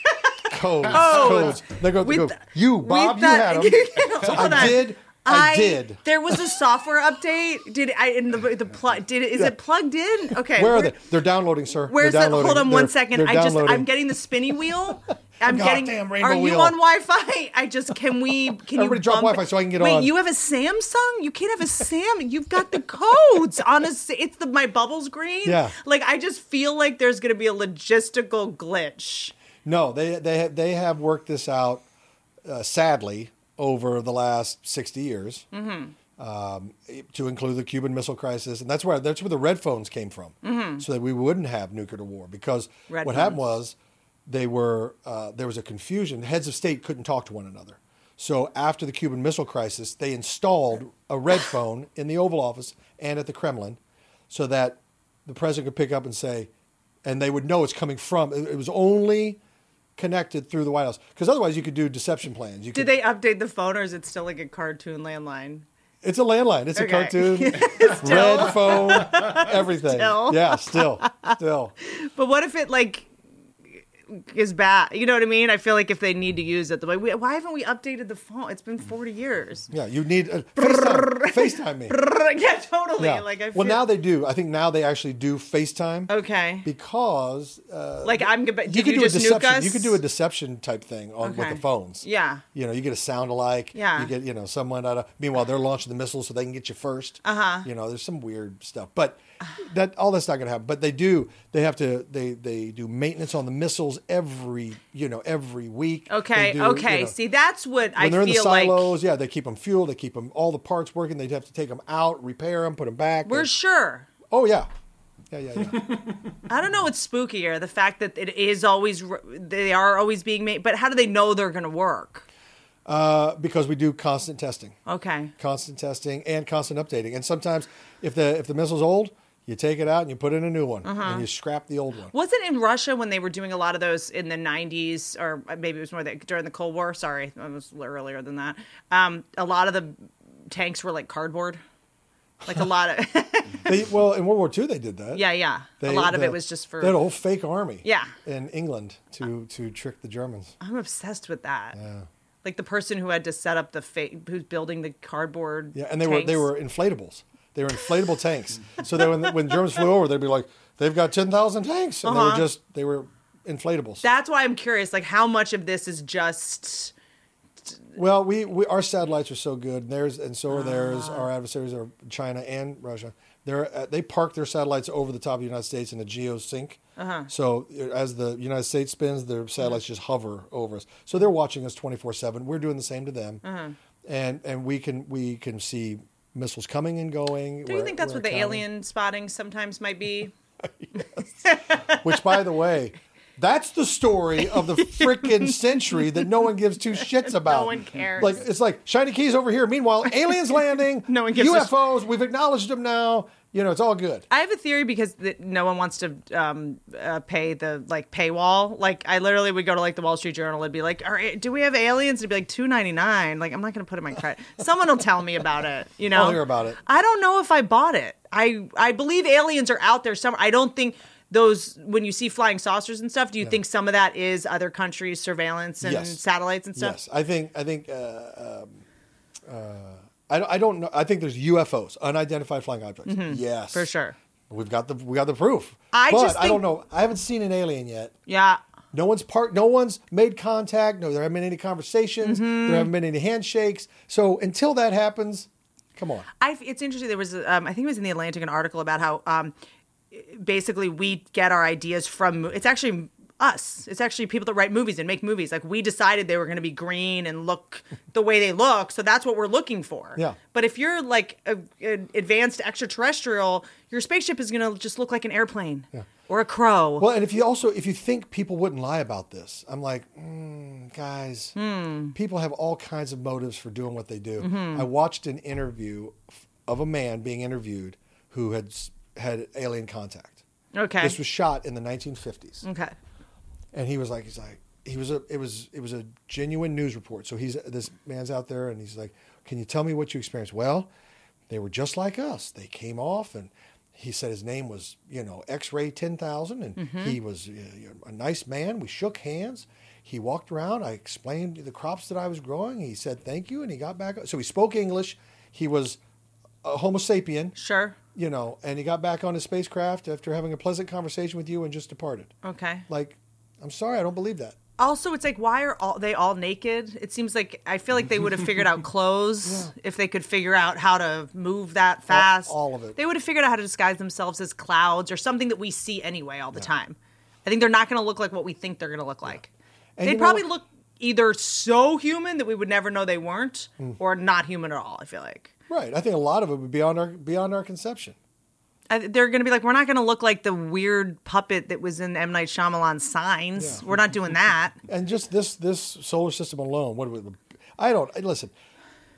Speaker 2: codes, codes. They go,
Speaker 1: We
Speaker 2: they go
Speaker 1: th-
Speaker 2: you,
Speaker 1: we
Speaker 2: Bob, you
Speaker 1: (laughs)
Speaker 2: had
Speaker 1: thought-
Speaker 2: them.
Speaker 1: Hold
Speaker 2: I
Speaker 1: on.
Speaker 2: did. I, did.
Speaker 1: There was a software update. Did I? In the the plug? Did it? Is it plugged in? Okay.
Speaker 2: Where are
Speaker 1: we're-
Speaker 2: they? They're downloading, sir.
Speaker 1: Where's
Speaker 2: They're
Speaker 1: that?
Speaker 2: downloading.
Speaker 1: Hold on one
Speaker 2: They're-
Speaker 1: second.
Speaker 2: they're
Speaker 1: I just
Speaker 2: downloading.
Speaker 1: I'm getting the spinny
Speaker 2: (laughs)
Speaker 1: wheel. I'm
Speaker 2: Goddamn
Speaker 1: getting.
Speaker 2: rainbow
Speaker 1: Are you
Speaker 2: wheel.
Speaker 1: on Wi-Fi? I just can we? Can
Speaker 2: Everybody
Speaker 1: you
Speaker 2: drop
Speaker 1: bump
Speaker 2: Wi-Fi
Speaker 1: it?
Speaker 2: so I can get
Speaker 1: Wait,
Speaker 2: on.
Speaker 1: you have a Samsung? You can't have a Sam. You've got the codes (laughs) on a. s- It's the my bubbles green.
Speaker 2: Yeah.
Speaker 1: Like I just feel like there's gonna be a logistical glitch.
Speaker 2: No, they they have, they have worked this out. Uh, sadly, over the last sixty years,
Speaker 1: Mm-hmm.
Speaker 2: um, to include the Cuban Missile Crisis, and that's where that's where the red phones came from, so that we wouldn't have nuclear war. Because
Speaker 1: Mm-hmm. Red
Speaker 2: what happened
Speaker 1: phones.
Speaker 2: was they were uh, there was a confusion. Heads of state couldn't talk to one another. So after the Cuban Missile Crisis, they installed a red phone in the Oval Office and at the Kremlin, so that the president could pick up and say, and they would know it's coming from. It, it was only connected through the White House because otherwise you could do deception plans. You could,
Speaker 1: Did they update the phone, or is it still like a cartoon landline?
Speaker 2: It's a landline. It's
Speaker 1: Okay.
Speaker 2: a
Speaker 1: (laughs)
Speaker 2: cartoon. Red phone. Everything.
Speaker 1: Still.
Speaker 2: Yeah, still, still.
Speaker 1: But what if it like is bad? You know what I mean? I feel like if they need to use it, they're like, "We- why haven't we updated the phone? It's been forty years. (laughs)
Speaker 2: Yeah, you need uh, FaceTime, FaceTime me.
Speaker 1: yeah, totally.
Speaker 2: Yeah.
Speaker 1: Like I feel,
Speaker 2: well, now they do. I think now they actually do FaceTime
Speaker 1: okay.
Speaker 2: because uh,
Speaker 1: like I'm gonna. Did
Speaker 2: you could do a
Speaker 1: just nuke
Speaker 2: deception.
Speaker 1: us?
Speaker 2: You could do a deception type thing on with
Speaker 1: Okay.
Speaker 2: the phones.
Speaker 1: Yeah.
Speaker 2: You know, you get a sound alike.
Speaker 1: Yeah.
Speaker 2: You get you know someone out of. Meanwhile, they're launching the missiles so they can get you first. Uh
Speaker 1: Uh-huh.
Speaker 2: huh. You know, there's some weird stuff, but that all that's not going to happen. But they do. They have to. They they do maintenance on the missiles every you know every week.
Speaker 1: Okay.
Speaker 2: They do, you
Speaker 1: okay.
Speaker 2: know,
Speaker 1: See, that's what I
Speaker 2: when they're
Speaker 1: feel
Speaker 2: in the
Speaker 1: like.
Speaker 2: silos, yeah, they keep them fueled. They keep them all the parts working. They have to take them out, repair them, put them back.
Speaker 1: We're
Speaker 2: They-
Speaker 1: sure.
Speaker 2: oh yeah, yeah, yeah, yeah. (laughs)
Speaker 1: I don't know what's spookier, the fact that it is always r- they are always being made, but how do they know they're going to work?
Speaker 2: uh, because we do constant testing.
Speaker 1: Okay.
Speaker 2: constant testing and constant updating. And sometimes, if the if the missile's old, you take it out and you put in a new one,
Speaker 1: Uh-huh.
Speaker 2: and you scrap the old one.
Speaker 1: Wasn't in Russia when they were doing a lot of those in the 90s, or maybe it was more that during the Cold War. Sorry, it was earlier than that. Um, a lot of the tanks were like cardboard. Like a lot of, (laughs)
Speaker 2: They, well, in World War II, they did that.
Speaker 1: yeah, yeah.
Speaker 2: They-
Speaker 1: a lot of
Speaker 2: the-
Speaker 1: it was just
Speaker 2: they had a
Speaker 1: for.
Speaker 2: whole fake army.
Speaker 1: Yeah. Uh.
Speaker 2: in England to to trick the Germans.
Speaker 1: I'm obsessed with that. Like the person who had to set up the fake, who's building the cardboard.
Speaker 2: Yeah, and they were
Speaker 1: tanks.
Speaker 2: they were inflatables. They were inflatable tanks. So that when when Germans flew over, they'd be like, "They've got ten thousand tanks," and they were
Speaker 1: Uh-huh.
Speaker 2: just they were inflatables.
Speaker 1: That's why I'm curious, like how much of this is just
Speaker 2: Well, we, we our satellites are so good. And theirs and so are theirs.
Speaker 1: Ah.
Speaker 2: Our adversaries are China and Russia. They're uh, they park their satellites over the top of the United States in a geosync. Uh-huh. So uh, as the United States spins, their satellites
Speaker 1: Uh-huh.
Speaker 2: just hover over us. So they're watching us twenty four seven. We're doing the same to them,
Speaker 1: Uh-huh.
Speaker 2: and and we can we can see missiles coming and going.
Speaker 1: Do you
Speaker 2: We're-
Speaker 1: think that's
Speaker 2: we're
Speaker 1: what the
Speaker 2: counting.
Speaker 1: alien spotting sometimes might be?
Speaker 2: Which, by the way. That's the story of the freaking century that no one gives
Speaker 1: (laughs)
Speaker 2: two shits about.
Speaker 1: one cares.
Speaker 2: Like it's like shiny keys over here. Meanwhile,
Speaker 1: (laughs)
Speaker 2: aliens landing.
Speaker 1: No one gives a sh-
Speaker 2: UFOs. We've acknowledged them now. You know, it's all good.
Speaker 1: I have a theory because th no one wants to um, uh, pay the like paywall. Like I literally would go to like the Wall Street Journal and be like, "All right, do we have aliens?" It'd be like two ninety nine. Like I'm not gonna put in my credit. Someone will tell me about it. You know,
Speaker 2: I'll hear about it.
Speaker 1: I don't know if I bought it. I I believe aliens are out there somewhere. I don't think those when you see flying saucers and stuff. Do you think some of that is other countries' surveillance and
Speaker 2: Yes.
Speaker 1: satellites and stuff?
Speaker 2: yes, I think I think. Uh, um, uh, I, don't- I don't know. I think there's UFOs, unidentified flying objects. Yes,
Speaker 1: Mm-hmm. for sure.
Speaker 2: We've got the we got the proof.
Speaker 1: I
Speaker 2: but
Speaker 1: just
Speaker 2: I
Speaker 1: think-
Speaker 2: don't know. I haven't seen an alien yet.
Speaker 1: Yeah.
Speaker 2: No one's part. No one's made contact. No, there haven't been any conversations. There haven't been any handshakes. So until that happens, come on.
Speaker 1: I, it's interesting. There was, um, I think it was in the Atlantic, an article about how um, basically we get our ideas from. It's actually us. It's actually people that write movies and make movies. Like we decided they were going to be green and look the way they look, so that's what we're looking for.
Speaker 2: Yeah.
Speaker 1: But if you're like a, an advanced extraterrestrial, your spaceship is going to just look like an airplane or a crow.
Speaker 2: Well, and if you also if you think people wouldn't lie about this, I'm like, mm, guys, people have all kinds of motives for doing what they do. I watched an interview f- of a man being interviewed who had s- had alien contact.
Speaker 1: okay.
Speaker 2: This was shot in the 1950s
Speaker 1: okay.
Speaker 2: and he was like he's like he was a it was it was a genuine news report so he's this man's out there and he's like can you tell me what you experienced well they were just like us they came off and he said his name was you know x-ray 10000 and he was uh, a nice man we shook hands he walked around i explained the crops that i was growing he said thank you and he got back so he spoke english he was a homo sapien
Speaker 1: Sure.
Speaker 2: you know and he got back on his spacecraft after having a pleasant conversation with you and just departed
Speaker 1: Okay.
Speaker 2: like, I'm sorry, I don't believe that.
Speaker 1: Also, it's like why are all they all naked? It seems like I feel like they would have figured
Speaker 2: (laughs)
Speaker 1: out clothes if they could figure out how to move that fast.
Speaker 2: all of it.
Speaker 1: They would have figured out how to disguise themselves as clouds or something that we see anyway all the time. I think they're not going to look like what we think they're going to look like.
Speaker 2: And you
Speaker 1: They'd
Speaker 2: know
Speaker 1: probably
Speaker 2: what-
Speaker 1: look either so human that we would never know they weren't,
Speaker 2: Hmm.
Speaker 1: or not human at all. I feel like.
Speaker 2: Right. I think a lot of it would be beyond our beyond our conception.
Speaker 1: I- they're going to be like, we're not going to look like the weird puppet that was in M Night Shyamalan's Signs. We're not doing
Speaker 2: (laughs)
Speaker 1: that.
Speaker 2: And just this this solar system alone, what would I don't listen.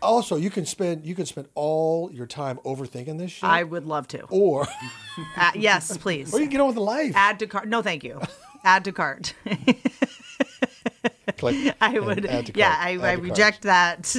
Speaker 2: Also, you can spend you can spend all your time overthinking this shit,
Speaker 1: I would love to.
Speaker 2: or (laughs)
Speaker 1: Uh, yes, please.
Speaker 2: or you can get on with the life.
Speaker 1: Add to cart. No, thank
Speaker 2: (laughs)
Speaker 1: you. Add to cart. (laughs)
Speaker 2: Click.
Speaker 1: I
Speaker 2: And
Speaker 1: would.
Speaker 2: add to
Speaker 1: yeah,
Speaker 2: cart.
Speaker 1: I,
Speaker 2: Add
Speaker 1: I
Speaker 2: to cart.
Speaker 1: reject that.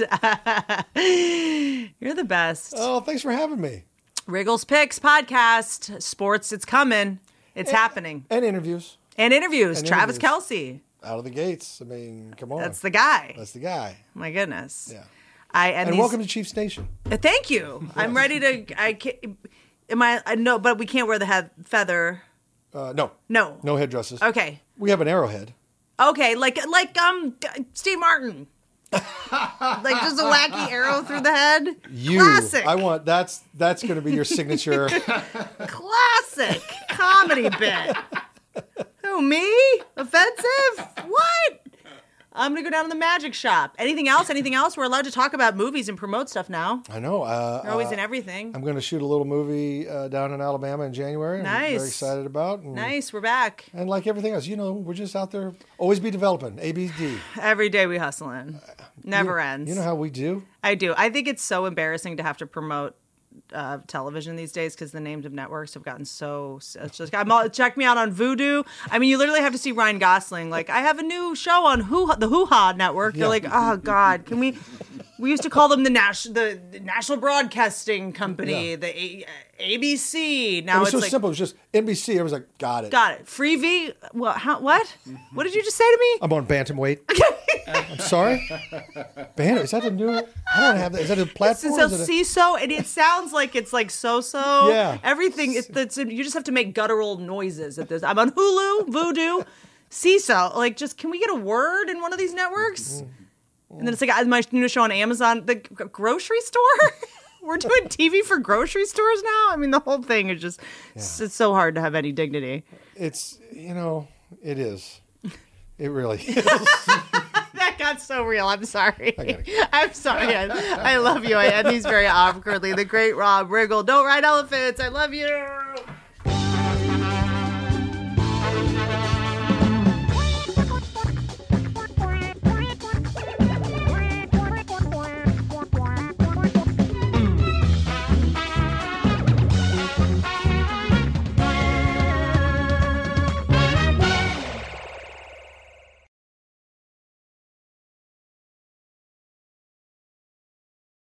Speaker 1: (laughs) You're the best.
Speaker 2: Oh, thanks for having me.
Speaker 1: Wriggles Picks podcast, sports. It's coming. It's happening.
Speaker 2: And interviews
Speaker 1: And interviews.
Speaker 2: Eh. and
Speaker 1: Travis
Speaker 2: interviews.
Speaker 1: Kelsey.
Speaker 2: out of the gates. I mean, come on,
Speaker 1: That's the guy.
Speaker 2: That's the guy.
Speaker 1: My goodness.
Speaker 2: Yeah.
Speaker 1: I and,
Speaker 2: And
Speaker 1: these-
Speaker 2: welcome to Chiefs Nation.
Speaker 1: Uh, Thank you.
Speaker 2: (laughs)
Speaker 1: I'm ready to. I can't. Am I? I no, but we can't wear the head feather.
Speaker 2: Uh, no,
Speaker 1: No.
Speaker 2: no headdresses.
Speaker 1: Okay.
Speaker 2: We have an arrowhead.
Speaker 1: Okay, like like um Steve Martin. like just a wacky arrow through the head.
Speaker 2: You,
Speaker 1: classic.
Speaker 2: I want that's that's going to be
Speaker 1: (laughs)
Speaker 2: your signature.
Speaker 1: classic comedy bit. Who me? Offensive? What? I'm gonna go down to the magic shop. Anything else? Anything else? We're allowed to talk about movies and promote stuff now.
Speaker 2: I know. Uh,
Speaker 1: We're always
Speaker 2: uh,
Speaker 1: in everything.
Speaker 2: I'm going to shoot a little movie uh, down in Alabama in January. I'm
Speaker 1: Nice.
Speaker 2: very excited about. And,
Speaker 1: nice, we're back.
Speaker 2: And like everything else, you know, we're just out there always be developing.
Speaker 1: (laughs)
Speaker 2: ABD.
Speaker 1: Every day we hustling. Never ends.
Speaker 2: Uh, You know how we do?
Speaker 1: I do. I think it's so embarrassing to have to promote uh, television these days because the names of networks have gotten so. It's just, I'm all, check me out on Voodoo. I mean, you literally have to see Ryan Gosling. Like, I have a new show on Hoo the Hoo Ha Network. You're
Speaker 2: Yeah.
Speaker 1: like, oh God, can we? We used to call them the Nash, the, the National Broadcasting Company,
Speaker 2: Yeah.
Speaker 1: the a- ABC.
Speaker 2: It
Speaker 1: Now
Speaker 2: was
Speaker 1: it's
Speaker 2: so
Speaker 1: like,
Speaker 2: simple. It was just NBC. I was like, got it.
Speaker 1: got it, free V. Well, how, what?
Speaker 2: Mm-hmm.
Speaker 1: What did you just say to me?
Speaker 2: I'm
Speaker 1: (laughs)
Speaker 2: on bantamweight. I'm sorry. Bantam. Is that a new? I don't have that. Is that a platform?
Speaker 1: So
Speaker 2: Is it a-
Speaker 1: CISO, and it sounds like it's like so-so.
Speaker 2: Yeah.
Speaker 1: Everything, it's, it's, you just have to make guttural noises at this. I'm on Hulu, Voodoo, CISO. Like, just, can we get a word in one of these networks?
Speaker 2: Mm-hmm.
Speaker 1: And then it's like, I- my new show on Amazon, the g- grocery store. (laughs) We're doing TV for grocery stores now. I mean, the whole thing is just, it's, it's so hard to have any dignity.
Speaker 2: it's you know, it is. It
Speaker 1: (laughs)
Speaker 2: really. (laughs)
Speaker 1: that got so real. I'm sorry.
Speaker 2: gotta
Speaker 1: (laughs) I'm sorry. I, I love you. I end these very awkwardly. The great Rob Riggle. Don't ride elephants. I love you.